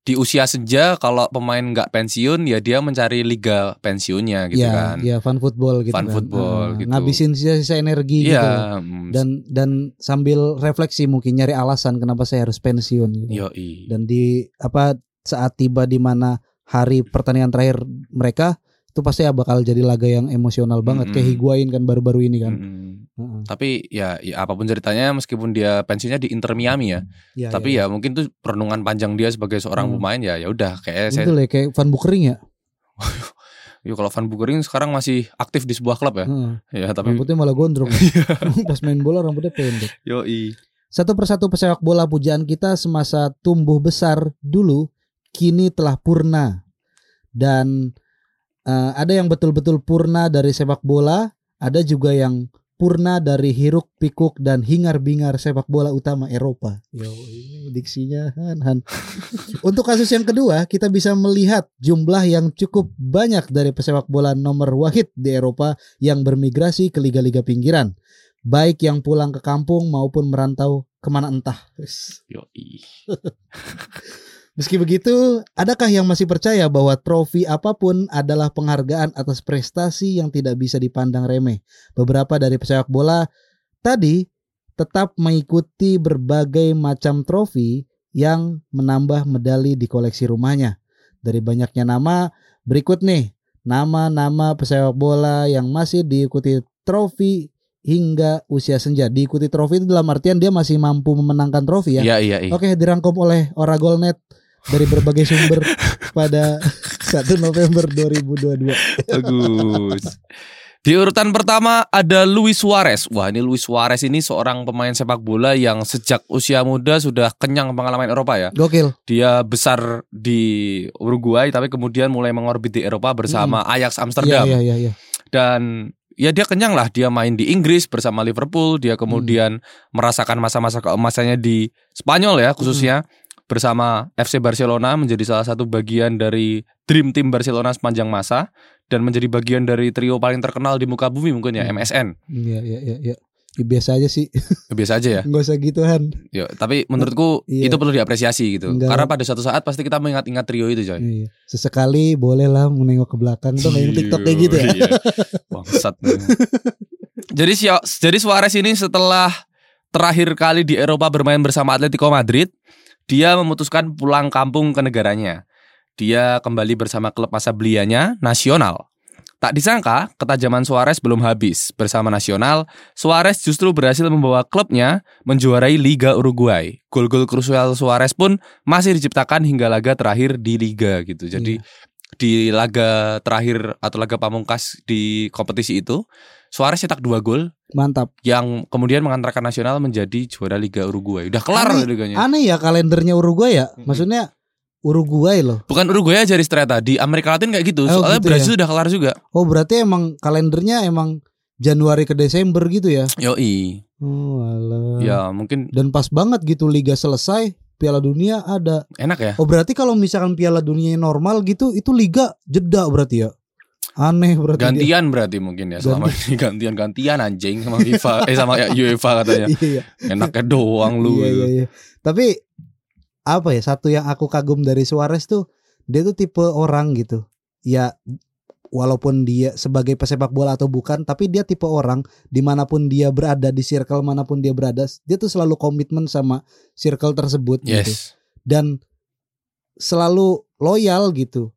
Speaker 2: di usia senja kalau pemain nggak pensiun ya dia mencari liga pensiunnya gitu
Speaker 1: ya,
Speaker 2: kan.
Speaker 1: ya fun football gitu
Speaker 2: Fun
Speaker 1: kan.
Speaker 2: football
Speaker 1: Ah,
Speaker 2: gitu.
Speaker 1: Ngabisin sisa-sisa energi gitu. loh.
Speaker 2: Iya. mm,
Speaker 1: dan dan sambil refleksi mungkin nyari alasan kenapa saya harus pensiun gitu.
Speaker 2: Iya. Yoi.
Speaker 1: Dan di apa saat tiba di mana hari pertandingan terakhir mereka itu pasti ya bakal jadi laga yang emosional banget
Speaker 2: Mm-mm.
Speaker 1: kayak Higuain kan baru-baru ini kan.
Speaker 2: Mm-mm.
Speaker 1: Heeh.
Speaker 2: Tapi ya, ya apapun ceritanya meskipun dia pensiunnya di Inter Miami ya,
Speaker 1: Iya,
Speaker 2: tapi
Speaker 1: iya.
Speaker 2: ya mungkin tuh perenungan panjang dia sebagai seorang
Speaker 1: Hmm.
Speaker 2: pemain ya ya udah kayak saya
Speaker 1: Betul ya kayak Van Bukering ya.
Speaker 2: Yo, kalau Van Bukering sekarang masih aktif di sebuah klub ya.
Speaker 1: Heeh.
Speaker 2: Ya tapi Iya.
Speaker 1: Rambutnya malah gondrong. Pas main bola rambutnya pendek.
Speaker 2: yoi.
Speaker 1: Satu persatu pesepak bola pujaan kita semasa tumbuh besar dulu kini telah purna. Dan eh, ada yang betul-betul purna dari sepak bola, ada juga yang purna dari hiruk pikuk dan hingar-bingar sepak bola utama Eropa. Yo, ini diksinya han han. Untuk kasus yang kedua, kita bisa melihat jumlah yang cukup banyak dari pesepak bola nomor wahid di Eropa yang bermigrasi ke liga-liga pinggiran baik yang pulang ke kampung maupun merantau kemana entah. Wes.
Speaker 2: Yoi.
Speaker 1: Meski begitu, adakah yang masih percaya bahwa trofi apapun adalah penghargaan atas prestasi yang tidak bisa dipandang remeh? Beberapa dari pesepak bola tadi tetap mengikuti berbagai macam trofi yang menambah medali di koleksi rumahnya. Dari banyaknya nama, berikut nih nama-nama pesepak bola yang masih diikuti trofi hingga usia senja. Diikuti trofi itu dalam artian dia masih mampu memenangkan trofi ya.
Speaker 2: Iya iya iya.
Speaker 1: Oke, dirangkum oleh Oragolnet dari berbagai sumber pada 1 November 2022.
Speaker 2: Bagus. Di urutan pertama ada Luis Suarez. Wah, ini Luis Suarez ini seorang pemain sepak bola yang sejak usia muda sudah kenyang pengalaman Eropa ya.
Speaker 1: Gokil.
Speaker 2: Dia besar di Uruguay tapi kemudian mulai mengorbit di Eropa bersama Ajax Amsterdam
Speaker 1: Iya, iya, iya.
Speaker 2: dan ya dia kenyang lah dia main di Inggris bersama Liverpool dia kemudian
Speaker 1: Hmm.
Speaker 2: merasakan masa-masa keemasannya di Spanyol ya khususnya
Speaker 1: Hmm.
Speaker 2: bersama FC Barcelona menjadi salah satu bagian dari dream team Barcelona sepanjang masa dan menjadi bagian dari trio paling terkenal di muka bumi mungkin ya
Speaker 1: Hmm.
Speaker 2: MSN
Speaker 1: Iya, iya, iya, iya. Ya, biasa aja sih,
Speaker 2: biasa aja ya
Speaker 1: nggak usah gituan.
Speaker 2: Yo, tapi menurutku
Speaker 1: Iya.
Speaker 2: itu perlu diapresiasi gitu
Speaker 1: Enggak.
Speaker 2: karena pada suatu saat pasti kita mengingat-ingat trio itu coy
Speaker 1: Iya. Sesekali bolehlah menengok ke belakang tuh kayak yang TikTok kayak gitu ya.
Speaker 2: Iya. Bangsat. jadi Sio- jadi Suarez ini setelah terakhir kali di Eropa bermain bersama Atletico Madrid, dia memutuskan pulang kampung ke negaranya. Dia kembali bersama klub masa belianya Nasional. Tak disangka, ketajaman Suarez belum habis. Bersama Nasional, Suarez justru berhasil membawa klubnya menjuarai Liga Uruguay. Gol-gol krusial Suarez pun masih diciptakan hingga laga terakhir di liga gitu. Jadi di laga eh, terakhir atau laga pamungkas di kompetisi itu Suarez cetak dua gol
Speaker 1: Mantap.
Speaker 2: yang kemudian mengantarkan nasional menjadi juara Liga Uruguay. Udah kelar liganya.
Speaker 1: Aneh ya kalendernya Uruguay ya.
Speaker 2: Iya. Mm-mm.
Speaker 1: Maksudnya Uruguay loh.
Speaker 2: Bukan Uruguay aja Ristreta di Amerika Latin kayak gitu.
Speaker 1: Oh,
Speaker 2: Soalnya
Speaker 1: gitu
Speaker 2: Brazil udah kelar juga.
Speaker 1: Oh berarti emang kalendernya emang Januari ke Desember gitu ya?
Speaker 2: Yoi.
Speaker 1: Oh alah.
Speaker 2: Ya mungkin
Speaker 1: Dan pas banget gitu liga selesai, Piala Dunia ada.
Speaker 2: enak ya.
Speaker 1: Oh berarti kalau misalkan Piala Dunia normal gitu, itu liga jeda berarti ya? Aneh berarti. dia.
Speaker 2: Gantian berarti mungkin ya selama ini gantian-gantian anjing sama FIFA eh sama ya, UEFA katanya.
Speaker 1: Iya,
Speaker 2: Enaknya doang lu. gitu.
Speaker 1: iya, iya, iya. Tapi apa ya satu yang aku kagum dari Suarez tuh dia tuh tipe orang gitu. Ya walaupun dia sebagai pesepak bola atau bukan, tapi dia tipe orang dimanapun dia berada di circle manapun dia berada, dia tuh selalu komitmen sama circle tersebut. gitu.
Speaker 2: Yes.
Speaker 1: dan selalu loyal gitu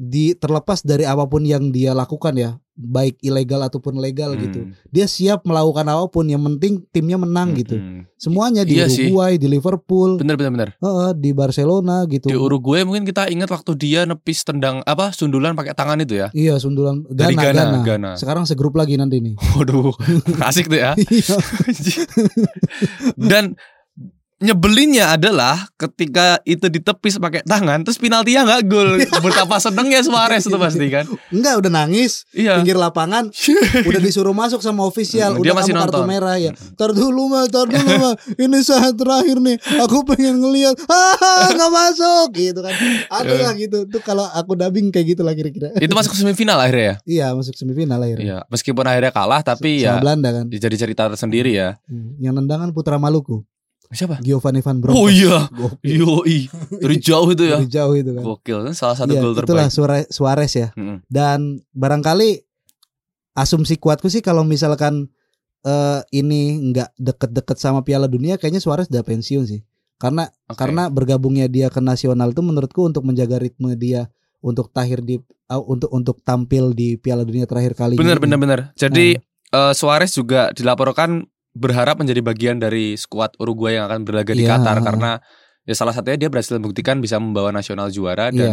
Speaker 1: di terlepas dari apapun yang dia lakukan ya baik ilegal ataupun legal gitu
Speaker 2: Hmm.
Speaker 1: dia siap melakukan apapun yang penting timnya menang gitu
Speaker 2: Hmm.
Speaker 1: semuanya di
Speaker 2: Iya sih.
Speaker 1: Uruguay di Liverpool
Speaker 2: Bener bener bener.
Speaker 1: eh, di Barcelona gitu
Speaker 2: Di Uruguay mungkin kita ingat waktu dia nepis tendang apa sundulan pakai tangan itu ya.
Speaker 1: iya sundulan
Speaker 2: Dari
Speaker 1: Ghana, Ghana,
Speaker 2: Ghana, Ghana.
Speaker 1: sekarang segrup lagi nanti nih
Speaker 2: Waduh, asik tuh ya.
Speaker 1: Iya.
Speaker 2: Dan nyebelinnya adalah ketika itu ditepis pakai tangan terus penaltinya nggak gol. Betapa senengnya Suarez itu pasti kan.
Speaker 1: enggak udah nangis
Speaker 2: Iya.
Speaker 1: pinggir lapangan udah disuruh masuk sama ofisial
Speaker 2: Hmm, dia
Speaker 1: udah
Speaker 2: masih
Speaker 1: kamu kartu
Speaker 2: nonton.
Speaker 1: merah ya tar dulu mah tar dulu mah ini saat terakhir nih aku pengen ngelihat ah nggak masuk gitu kan
Speaker 2: Eh.
Speaker 1: ada lah gitu tuh kalau aku dubbing kayak gitu lah kira-kira
Speaker 2: itu masuk ke semifinal akhirnya ya.
Speaker 1: iya masuk semifinal akhirnya
Speaker 2: Iya, meskipun akhirnya kalah tapi
Speaker 1: sama
Speaker 2: ya
Speaker 1: Belanda kan
Speaker 2: jadi cerita tersendiri ya.
Speaker 1: Hmm. yang nendangan putra Maluku
Speaker 2: Siapa?
Speaker 1: Giovanni van Bronckhorst
Speaker 2: Oh iya,
Speaker 1: Gokil.
Speaker 2: yoi. Dari jauh itu ya.
Speaker 1: Dari jauh itu kan
Speaker 2: Gokil, salah satu
Speaker 1: Iya,
Speaker 2: gol
Speaker 1: itulah
Speaker 2: terbaik.
Speaker 1: Suarez, Suarez ya
Speaker 2: Mm-mm.
Speaker 1: dan barangkali asumsi kuatku sih kalau misalkan eh, ini nggak deket-deket sama Piala Dunia kayaknya Suarez udah pensiun sih karena
Speaker 2: Oke.
Speaker 1: karena bergabungnya dia ke nasional itu menurutku untuk menjaga ritme dia untuk tahir di au- untuk untuk tampil di Piala Dunia terakhir kali ini.
Speaker 2: Bener bener bener. Jadi
Speaker 1: Nah.
Speaker 2: eh, Suarez juga dilaporkan berharap menjadi bagian dari skuad Uruguay yang akan berlaga di
Speaker 1: Iya.
Speaker 2: Qatar karena ya salah satunya dia berhasil membuktikan bisa membawa nasional juara
Speaker 1: Iya.
Speaker 2: dan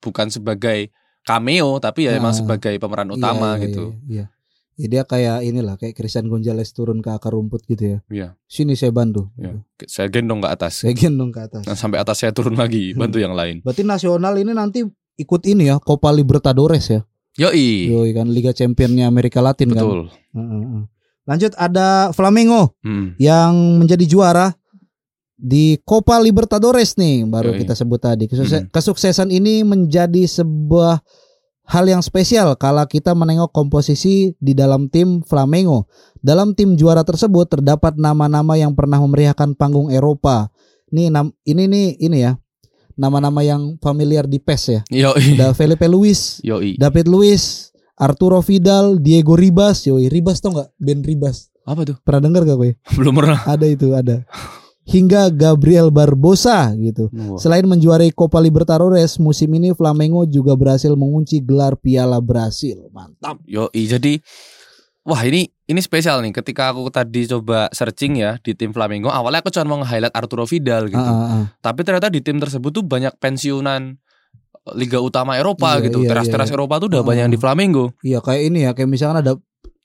Speaker 2: bukan sebagai cameo tapi ya emang
Speaker 1: Ah.
Speaker 2: sebagai pemeran
Speaker 1: Iya,
Speaker 2: utama
Speaker 1: iya,
Speaker 2: gitu.
Speaker 1: iya, iya. Ya, dia kayak inilah kayak Christian Gonzalez turun ke akar rumput gitu ya
Speaker 2: Iya.
Speaker 1: sini saya bantu
Speaker 2: Iya. Saya gendong ke atas.
Speaker 1: saya gendong ke atas
Speaker 2: Nah, sampai atas saya turun lagi bantu yang lain.
Speaker 1: berarti nasional ini nanti ikut ini ya Copa Libertadores ya
Speaker 2: Yoi.
Speaker 1: Yoi kan Liga Championnya Amerika Latin kan
Speaker 2: Betul.
Speaker 1: Heeh, heeh. Lanjut ada Flamengo
Speaker 2: Hmm.
Speaker 1: yang menjadi juara di Copa Libertadores nih baru
Speaker 2: Yoi.
Speaker 1: kita sebut tadi. Kesukse-
Speaker 2: Mm.
Speaker 1: Kesuksesan ini menjadi sebuah hal yang spesial kala kita menengok komposisi di dalam tim Flamengo. Dalam tim juara tersebut terdapat nama-nama yang pernah memeriahkan panggung Eropa. Nih nam- ini nih ini ya. Nama-nama yang familiar di PES ya.
Speaker 2: Yoi.
Speaker 1: Ada Felipe Luis,
Speaker 2: Yoi.
Speaker 1: David Luiz, Arturo Vidal, Diego Ribas, yoi Ribas tau nggak? Ben Ribas
Speaker 2: Apa tuh?
Speaker 1: pernah dengar gak gue?
Speaker 2: Belum pernah.
Speaker 1: Ada itu ada. Hingga Gabriel Barbosa gitu.
Speaker 2: Wah.
Speaker 1: Selain menjuarai Copa Libertadores, musim ini Flamengo juga berhasil mengunci gelar Piala Brasil. Mantap.
Speaker 2: Yoi. Jadi wah ini ini spesial nih ketika aku tadi coba searching ya di tim Flamengo awalnya aku cuma mau nge-highlight Arturo Vidal gitu.
Speaker 1: Ah, ah, ah.
Speaker 2: Tapi ternyata di tim tersebut tuh banyak pensiunan liga utama Eropa
Speaker 1: Iya,
Speaker 2: gitu.
Speaker 1: iya, iya,
Speaker 2: Teras-teras
Speaker 1: iya.
Speaker 2: Eropa tuh udah
Speaker 1: Ah.
Speaker 2: banyak yang di Flamengo.
Speaker 1: Iya kayak ini ya, kayak misalkan ada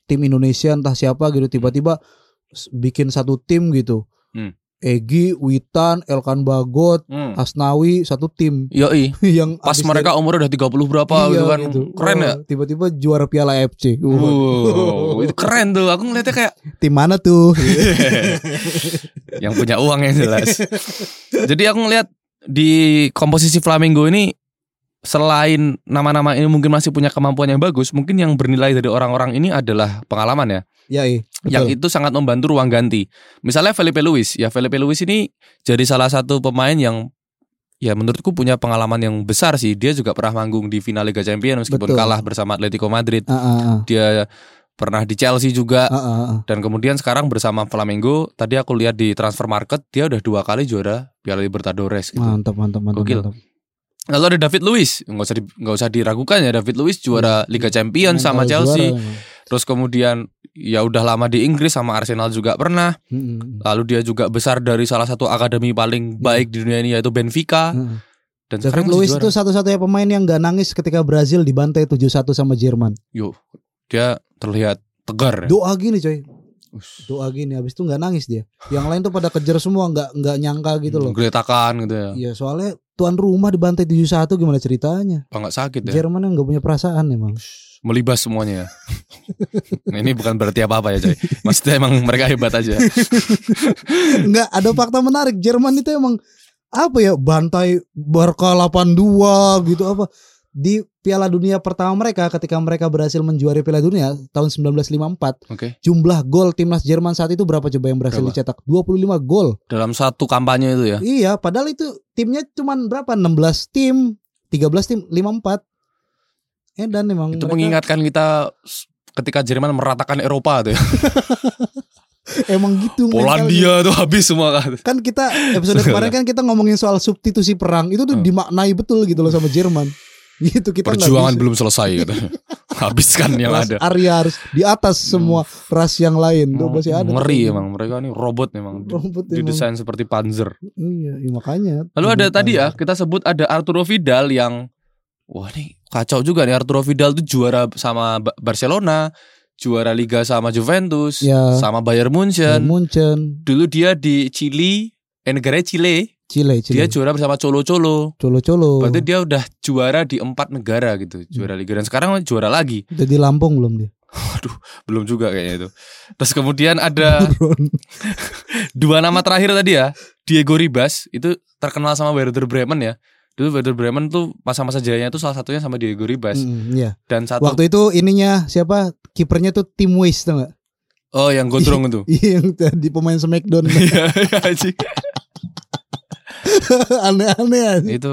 Speaker 1: tim Indonesia entah siapa gitu tiba-tiba s- bikin satu tim gitu.
Speaker 2: Hmm.
Speaker 1: Egi, Witan, Elkan Bagot,
Speaker 2: Hmm.
Speaker 1: Asnawi satu tim
Speaker 2: Yoi.
Speaker 1: yang
Speaker 2: Pas
Speaker 1: abis
Speaker 2: mereka umur udah 30 berapa
Speaker 1: Iya,
Speaker 2: gitu kan.
Speaker 1: gitu.
Speaker 2: Keren ya. Hmm.
Speaker 1: Wah, Tiba-tiba juara Piala FC. Wah,
Speaker 2: Wow, itu keren tuh. Aku ngeliatnya kayak
Speaker 1: Tim mana tuh?
Speaker 2: yang punya uang yang jelas. Jadi aku ngeliat di komposisi Flamingo ini selain nama-nama ini mungkin masih punya kemampuan yang bagus, mungkin yang bernilai dari orang-orang ini adalah pengalaman ya.
Speaker 1: ya, iya. Betul.
Speaker 2: Yang itu sangat membantu ruang ganti. Misalnya Felipe Luis, ya Felipe Luis ini jadi salah satu pemain yang ya menurutku punya pengalaman yang besar sih. Dia juga pernah manggung di final Liga Champions meskipun
Speaker 1: Betul.
Speaker 2: kalah bersama Atletico Madrid.
Speaker 1: Ah, ah, ah.
Speaker 2: Dia pernah di Chelsea juga
Speaker 1: Ah, ah, ah.
Speaker 2: dan kemudian sekarang bersama Flamengo tadi aku lihat di transfer market dia udah dua kali juara Piala Libertadores gitu.
Speaker 1: Mantap, mantap, mantap.
Speaker 2: Gokil.
Speaker 1: mantap.
Speaker 2: Lalu ada David Luiz, nggak usah di, nggak usah diragukan ya David Luiz juara Liga Champions
Speaker 1: Iya. Mental
Speaker 2: sama
Speaker 1: juara
Speaker 2: Chelsea.
Speaker 1: emang.
Speaker 2: Terus kemudian ya udah lama di Inggris sama Arsenal juga pernah.
Speaker 1: Mm, mm,
Speaker 2: Lalu dia juga besar dari salah satu akademi paling baik di dunia ini yaitu Benfica
Speaker 1: mm.
Speaker 2: dan
Speaker 1: Iya. David
Speaker 2: sekarang masih
Speaker 1: Luiz
Speaker 2: Ah, juara.
Speaker 1: itu satu-satunya pemain yang gak nangis ketika Brazil dibantai 7-1 sama Jerman.
Speaker 2: Yo, dia terlihat tegar. ya.
Speaker 1: Doa gini coy,
Speaker 2: Us.
Speaker 1: doa gini. Habis itu gak nangis dia. Yang lain tuh pada kejar semua, gak nggak nyangka gitu loh.
Speaker 2: Geletakan gitu ya.
Speaker 1: Iya soalnya tuan rumah dibantai 71 gimana ceritanya?
Speaker 2: Apa nggak sakit ya?
Speaker 1: Jerman yang nggak punya perasaan emang.
Speaker 2: Melibas semuanya. Nah, ini bukan berarti apa-apa ya, coy. Maksudnya emang mereka hebat aja.
Speaker 1: Enggak, ada fakta menarik. Jerman itu emang apa ya bantai Barca 82 gitu apa di Piala Dunia pertama mereka ketika mereka berhasil menjuari Piala Dunia tahun 1954
Speaker 2: Oke.
Speaker 1: jumlah gol timnas Jerman saat itu berapa coba yang berhasil
Speaker 2: Berapa?
Speaker 1: dicetak 25 gol
Speaker 2: Dalam satu kampanye itu ya.
Speaker 1: iya padahal itu timnya cuman berapa 16 tim 13 tim 54 eh dan memang mereka
Speaker 2: Itu mengingatkan kita s- ketika Jerman meratakan Eropa tuh ya.
Speaker 1: emang gitu mentalnya.
Speaker 2: Polandia tuh habis semua kan.
Speaker 1: kan kita episode kemarin kan kita ngomongin soal substitusi perang itu tuh
Speaker 2: Hmm.
Speaker 1: dimaknai betul gitu loh sama Jerman gitu kita nggak
Speaker 2: Perjuangan
Speaker 1: bisa.
Speaker 2: belum selesai gitu. Habiskan yang
Speaker 1: ras
Speaker 2: ada. Hmm.
Speaker 1: Arya harus di atas semua ras yang lain tuh masih ada
Speaker 2: Ngeri
Speaker 1: tuh.
Speaker 2: emang mereka ini robot memang.
Speaker 1: Robot emang.
Speaker 2: Didesain seperti panzer.
Speaker 1: iya, iya, makanya
Speaker 2: Lalu ada
Speaker 1: Didesain.
Speaker 2: tadi ya, kita sebut ada Arturo Vidal yang wah nih kacau juga nih Arturo Vidal tuh juara sama Ba- Barcelona, juara liga sama Juventus,
Speaker 1: Ya.
Speaker 2: sama Bayern
Speaker 1: Bayern
Speaker 2: Munchen.
Speaker 1: Munchen
Speaker 2: Dulu dia di Chili, eh negara Chile,
Speaker 1: Chile Chile
Speaker 2: dia juara bersama Colo-Colo.
Speaker 1: colo colo
Speaker 2: Berarti dia udah juara di empat negara gitu, juara liga dan sekarang juara lagi.
Speaker 1: udah di Lampung belum dia
Speaker 2: Belum juga kayaknya itu. Terus kemudian ada dua nama terakhir tadi ya Diego Ribas itu terkenal sama Werder Bremen ya dulu Werder Bremen tuh masa-masa jayanya tuh salah satunya sama Diego Ribas
Speaker 1: Mm, iya.
Speaker 2: dan satu
Speaker 1: waktu itu ininya siapa kipernya tuh Tim Waste tuh nggak
Speaker 2: oh yang gondrong itu
Speaker 1: Iya, yang tadi pemain Smackdown
Speaker 2: Iya, iya, anjing.
Speaker 1: aneh-aneh aja.
Speaker 2: itu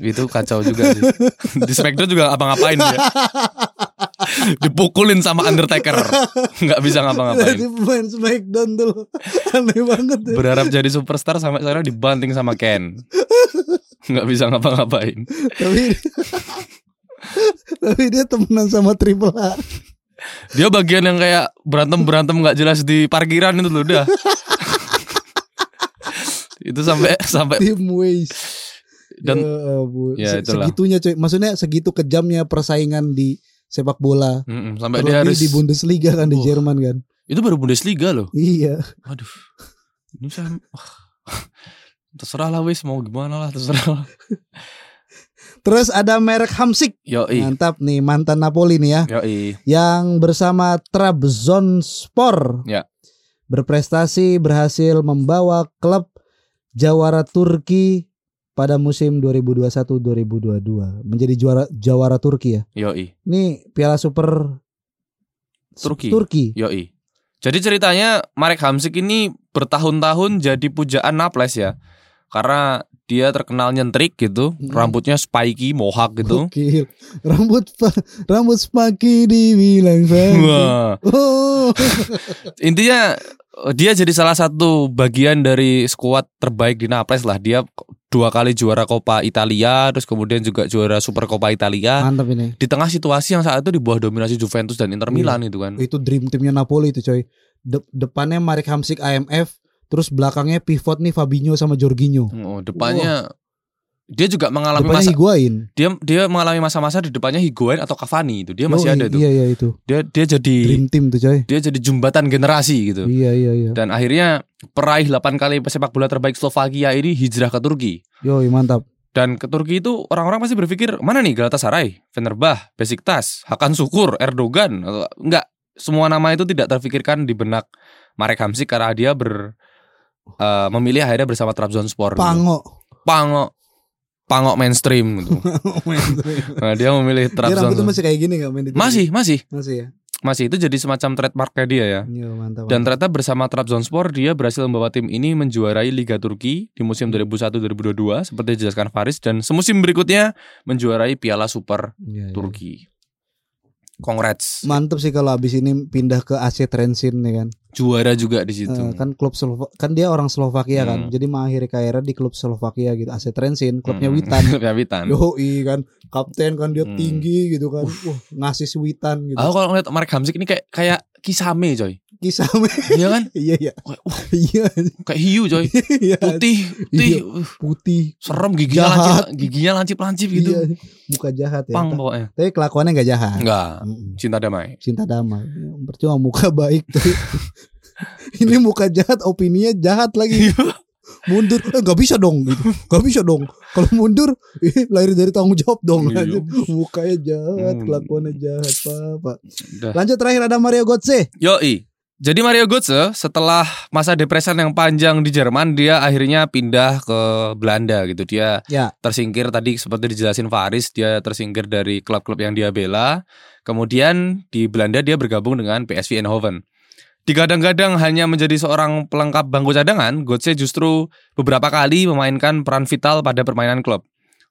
Speaker 2: itu kacau juga sih. di Smackdown juga apa ngapain dia dipukulin sama Undertaker nggak bisa
Speaker 1: Tadi
Speaker 2: ngapa-ngapain
Speaker 1: pemain Smackdown tuh loh. aneh banget ya.
Speaker 2: berharap jadi superstar sampai sekarang dibanting sama Ken nggak bisa ngapa-ngapain
Speaker 1: tapi tapi dia temenan sama Triple A.
Speaker 2: Dia bagian yang kayak berantem berantem nggak jelas di parkiran itu loh udah. itu sampai sampai
Speaker 1: Tim Waste.
Speaker 2: dan
Speaker 1: Ya ampun.
Speaker 2: ya,
Speaker 1: Se-
Speaker 2: itulah.
Speaker 1: segitunya cuy. Maksudnya segitu kejamnya persaingan di sepak bola.
Speaker 2: Mm-mm, sampai
Speaker 1: Terlebih
Speaker 2: dia harus
Speaker 1: di Bundesliga kan di
Speaker 2: Uh.
Speaker 1: Jerman kan.
Speaker 2: itu baru Bundesliga loh.
Speaker 1: Iya.
Speaker 2: Waduh. Ini saya terserah lah wis mau gimana lah terserah. Lah.
Speaker 1: Terus ada merek Hamsik.
Speaker 2: Yoi.
Speaker 1: Mantap nih mantan Napoli nih ya.
Speaker 2: Yoi.
Speaker 1: Yang bersama Trabzonspor.
Speaker 2: Ya.
Speaker 1: Berprestasi berhasil membawa klub jawara Turki pada musim 2021-2022 menjadi juara jawara Turki ya.
Speaker 2: Yoi.
Speaker 1: Ini Piala Super
Speaker 2: Turki.
Speaker 1: Turki.
Speaker 2: Yoi. Jadi ceritanya Marek Hamsik ini bertahun-tahun jadi pujaan Naples ya. Karena dia terkenal nyentrik gitu,
Speaker 1: Mm.
Speaker 2: rambutnya spiky, mohak gitu.
Speaker 1: Gokil. Rambut pa- rambut spaki dibilang saya.
Speaker 2: Wah.
Speaker 1: Oh.
Speaker 2: Intinya eh, dia jadi salah satu bagian dari skuad terbaik di Naples lah. Dia k- dua kali juara Coppa Italia, terus kemudian juga juara Super Coppa Italia.
Speaker 1: Mantap ini.
Speaker 2: Di tengah situasi yang saat itu di bawah dominasi Juventus dan Inter
Speaker 1: Iya.
Speaker 2: Milan gitu kan.
Speaker 1: Itu dream timnya Napoli itu coy. De- depannya Marek Hamsik IMF, terus belakangnya pivot nih Fabinho sama Jorginho.
Speaker 2: Oh, depannya dia juga mengalami
Speaker 1: depannya
Speaker 2: masa
Speaker 1: Higuain.
Speaker 2: dia dia mengalami masa-masa di depannya Higuain atau Cavani itu. Dia masih
Speaker 1: Yoi,
Speaker 2: ada itu.
Speaker 1: Iya iya itu.
Speaker 2: Dia dia jadi
Speaker 1: Dream team tuh coy.
Speaker 2: dia jadi jembatan generasi gitu.
Speaker 1: Iya iya iya.
Speaker 2: Dan akhirnya peraih 8 kali sepak bola terbaik Slovakia ini hijrah ke Turki.
Speaker 1: Yoi mantap.
Speaker 2: Dan ke Turki itu orang-orang pasti berpikir mana nih Galatasaray, Fenerbah, Besiktas, Hakan Sukur, Erdogan, atau- enggak semua nama itu tidak terpikirkan di benak Marek Hamsik karena dia ber eh, memilih akhirnya bersama Trabzonspor. gitu.
Speaker 1: Pango.
Speaker 2: Pango Pango mainstream gitu. Nah, dia
Speaker 1: Dia
Speaker 2: memilih
Speaker 1: rambutnya
Speaker 2: Trabzonspor.
Speaker 1: masih kayak gini gak main di TV?
Speaker 2: Masih, masih,
Speaker 1: Masih ya.
Speaker 2: masih itu jadi semacam trademarknya dia ya.
Speaker 1: Yo, mantap. mantap.
Speaker 2: Dan ternyata bersama Trabzonspor dia berhasil membawa tim ini menjuarai Liga Turki di musim 2001-2022 seperti dijelaskan Faris dan semusim berikutnya menjuarai Piala Super
Speaker 1: Iya, iya.
Speaker 2: Turki. Congrats.
Speaker 1: Mantap sih kalau abis ini pindah ke AC Trensin ya kan.
Speaker 2: Juara juga di situ.
Speaker 1: Eh, kan klub Slova- kan dia orang Slovakia kan.
Speaker 2: Gitu, ya. Hmm.
Speaker 1: Jadi mengakhiri karirnya di klub Slovakia gitu. AC Trensin, klubnya
Speaker 2: Hmm.
Speaker 1: Witan.
Speaker 2: Klubnya Witan.
Speaker 1: Yoi kan kapten kan dia
Speaker 2: Hmm. Ah.
Speaker 1: tinggi gitu kan. Wah, ngasih si Witan gitu.
Speaker 2: Aku kalau ngeliat Marek Hamsik ini kayak kayak Kisame coy.
Speaker 1: Kisah
Speaker 2: Iya kan?
Speaker 1: iya iya.
Speaker 2: Wah,
Speaker 1: Iya
Speaker 2: Kayak hiu coy.
Speaker 1: iya.
Speaker 2: Putih, putih,
Speaker 1: Iya.
Speaker 2: uh,
Speaker 1: Putih.
Speaker 2: serem giginya
Speaker 1: Jahat.
Speaker 2: lancip, giginya lancip-lancip gitu.
Speaker 1: Iya. Muka jahat ya.
Speaker 2: Pang Hmm.
Speaker 1: Ta-
Speaker 2: pokoknya.
Speaker 1: Tapi kelakuannya nggak jahat.
Speaker 2: Enggak,
Speaker 1: Mm-mm.
Speaker 2: cinta damai.
Speaker 1: Cinta damai.
Speaker 2: Iya.
Speaker 1: Percuma muka baik tapi ini muka jahat, opininya jahat lagi. mundur eh nggak bisa dong gitu nggak bisa dong kalau mundur ih, lahir dari tanggung jawab dong
Speaker 2: Iya.
Speaker 1: anjir. mukanya jahat
Speaker 2: Hmm.
Speaker 1: kelakuannya jahat pak
Speaker 2: Dah.
Speaker 1: lanjut terakhir ada Mario Götze
Speaker 2: Yoi. Jadi Mario Götze setelah masa depresan yang panjang di Jerman dia akhirnya pindah ke Belanda gitu. Dia
Speaker 1: Ya.
Speaker 2: tersingkir tadi seperti dijelasin Faris dia tersingkir dari klub-klub yang dia bela. Kemudian di Belanda dia bergabung dengan PSV Eindhoven. Digadang-gadang hanya menjadi seorang pelengkap bangku cadangan, Götze justru beberapa kali memainkan peran vital pada permainan klub.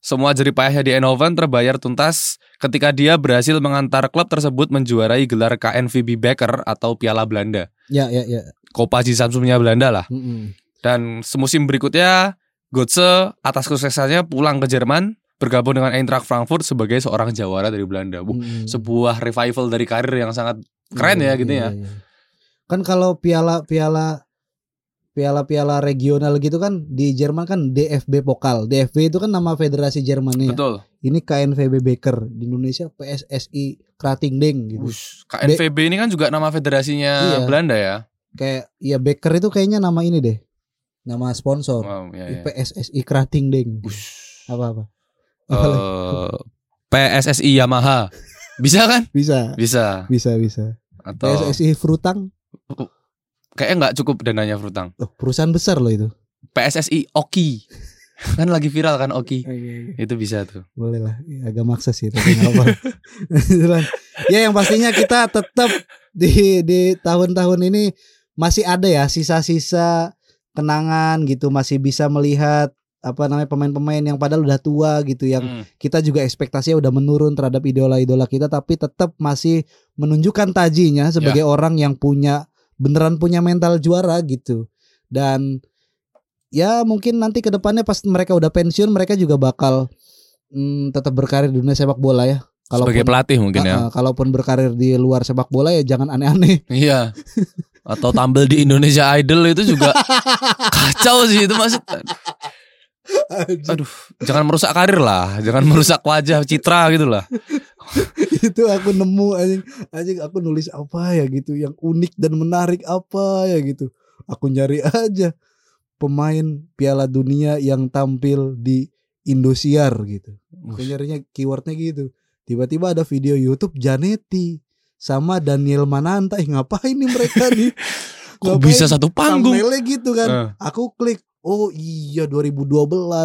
Speaker 2: Semua jerih payahnya di Eindhoven terbayar tuntas ketika dia berhasil mengantar klub tersebut menjuarai gelar KNVB Beker atau Piala Belanda.
Speaker 1: ya ya ya
Speaker 2: Kopa Samsungnya Belanda lah.
Speaker 1: Mm-mm.
Speaker 2: Dan semusim berikutnya, Götze atas kesuksesannya pulang ke Jerman, bergabung dengan Eintracht Frankfurt sebagai seorang jawara dari Belanda. Wuh,
Speaker 1: Mm-mm.
Speaker 2: Sebuah revival dari karir yang sangat keren
Speaker 1: Iya,
Speaker 2: ya gitu
Speaker 1: iya,
Speaker 2: ya.
Speaker 1: iya. kan kalau piala piala piala piala regional gitu kan di Jerman kan DFB Pokal DFB itu kan nama federasi Jermannya ya.
Speaker 2: Betul.
Speaker 1: ini KNVB Beker di Indonesia PSSI Kratingdeng gitu
Speaker 2: Wush, KNVB ini kan juga nama federasinya
Speaker 1: Iya.
Speaker 2: Belanda ya.
Speaker 1: kayak ya Beker itu kayaknya nama ini deh nama sponsor
Speaker 2: Wow, ya, ya.
Speaker 1: PSSI Kratingdeng
Speaker 2: Wush.
Speaker 1: apa apa
Speaker 2: eh PSSI Yamaha. Bisa kan?
Speaker 1: bisa
Speaker 2: Bisa.
Speaker 1: bisa bisa
Speaker 2: Atau
Speaker 1: PSSI Frutang
Speaker 2: kayaknya nggak cukup dananya Frutang.
Speaker 1: loh, perusahaan besar loh itu
Speaker 2: PSSI Oki. kan lagi viral kan Oki. Itu bisa tuh.
Speaker 1: boleh lah Ya, agak maksa sih tapi nggak apa Kebetulan. ya yang pastinya kita tetap di di tahun-tahun ini masih ada ya sisa-sisa kenangan gitu masih bisa melihat apa namanya pemain-pemain yang padahal udah tua gitu yang
Speaker 2: Hmm.
Speaker 1: kita juga ekspektasinya udah menurun terhadap idola-idola kita tapi tetap masih menunjukkan tajinya
Speaker 2: Ya.
Speaker 1: sebagai orang yang punya beneran punya mental juara gitu dan ya mungkin nanti kedepannya pas mereka udah pensiun mereka juga bakal mm, tetap berkarir di dunia sepak bola ya
Speaker 2: Sebagai pelatih mungkin ya.
Speaker 1: Ah, ah, kalaupun berkarir di luar sepak bola ya jangan aneh-aneh
Speaker 2: Iya. Atau tampil di Indonesia Idol itu juga kacau sih itu maksud. Aduh, jangan merusak karir lah, jangan merusak wajah citra gitu lah.
Speaker 1: itu aku nemu anjing anjing aku nulis apa ya gitu yang unik dan menarik apa ya gitu aku nyari aja pemain Piala Dunia yang tampil di Indosiar gitu aku
Speaker 2: Wush.
Speaker 1: nyarinya keywordnya gitu tiba-tiba ada video YouTube Janeti sama Daniel Mananta Ih, ngapain nih mereka nih
Speaker 2: Kok
Speaker 1: Ngapain?
Speaker 2: bisa satu panggung?
Speaker 1: Thumbnail-nya gitu kan
Speaker 2: Eh.
Speaker 1: aku klik oh iya 2012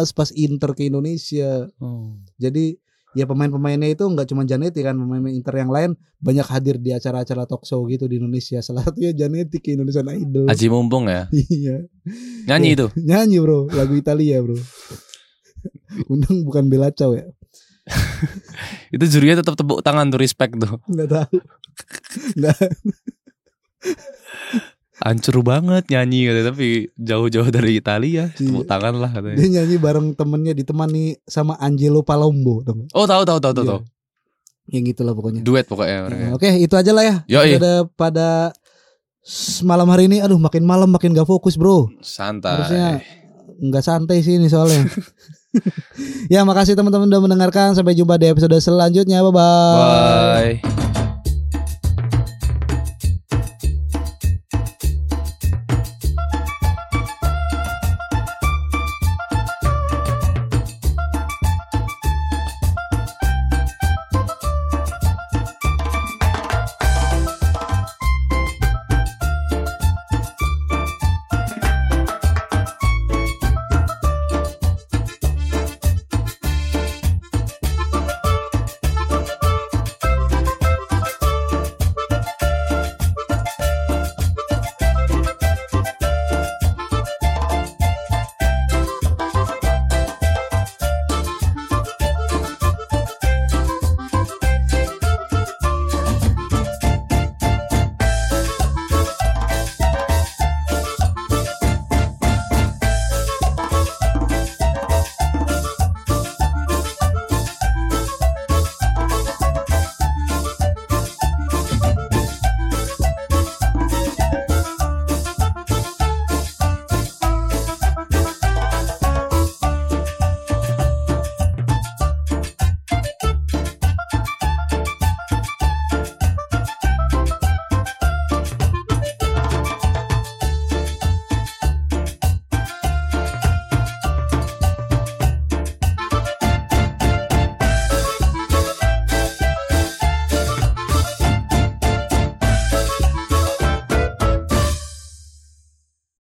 Speaker 1: pas Inter ke Indonesia
Speaker 2: Oh.
Speaker 1: jadi ya pemain-pemainnya itu nggak cuma Janetti kan pemain Inter yang lain banyak hadir di acara-acara talk show gitu di Indonesia. Salah satunya Janetti ke Indonesian Idol.
Speaker 2: Aji Mumpung ya.
Speaker 1: Iya.
Speaker 2: Nyanyi itu.
Speaker 1: Nyanyi bro, lagu Italia bro. Undang bukan Bella Ciao ya.
Speaker 2: Itu jurinya tetap tepuk tangan tuh respect tuh.
Speaker 1: Nggak tahu. Nggak.
Speaker 2: Hancur banget nyanyi gitu tapi jauh-jauh dari Italia. Tepuk
Speaker 1: Iya.
Speaker 2: tangan lah katanya.
Speaker 1: Dia nyanyi bareng temennya ditemani sama Angelo Palombo, tau nggak?
Speaker 2: Oh, tahu tahu tahu tahu
Speaker 1: Iya.
Speaker 2: tahu.
Speaker 1: Yang gitulah pokoknya. Iya.
Speaker 2: Duet pokoknya mereka.
Speaker 1: Oke, itu aja lah ya.
Speaker 2: Yoi.
Speaker 1: Pada pada malam hari ini, aduh makin malam makin gak fokus bro. Harusnya
Speaker 2: Santai.
Speaker 1: nggak santai sih ini soalnya. ya makasih teman-teman udah mendengarkan. Sampai jumpa di episode selanjutnya. Bye bye.
Speaker 2: Bye.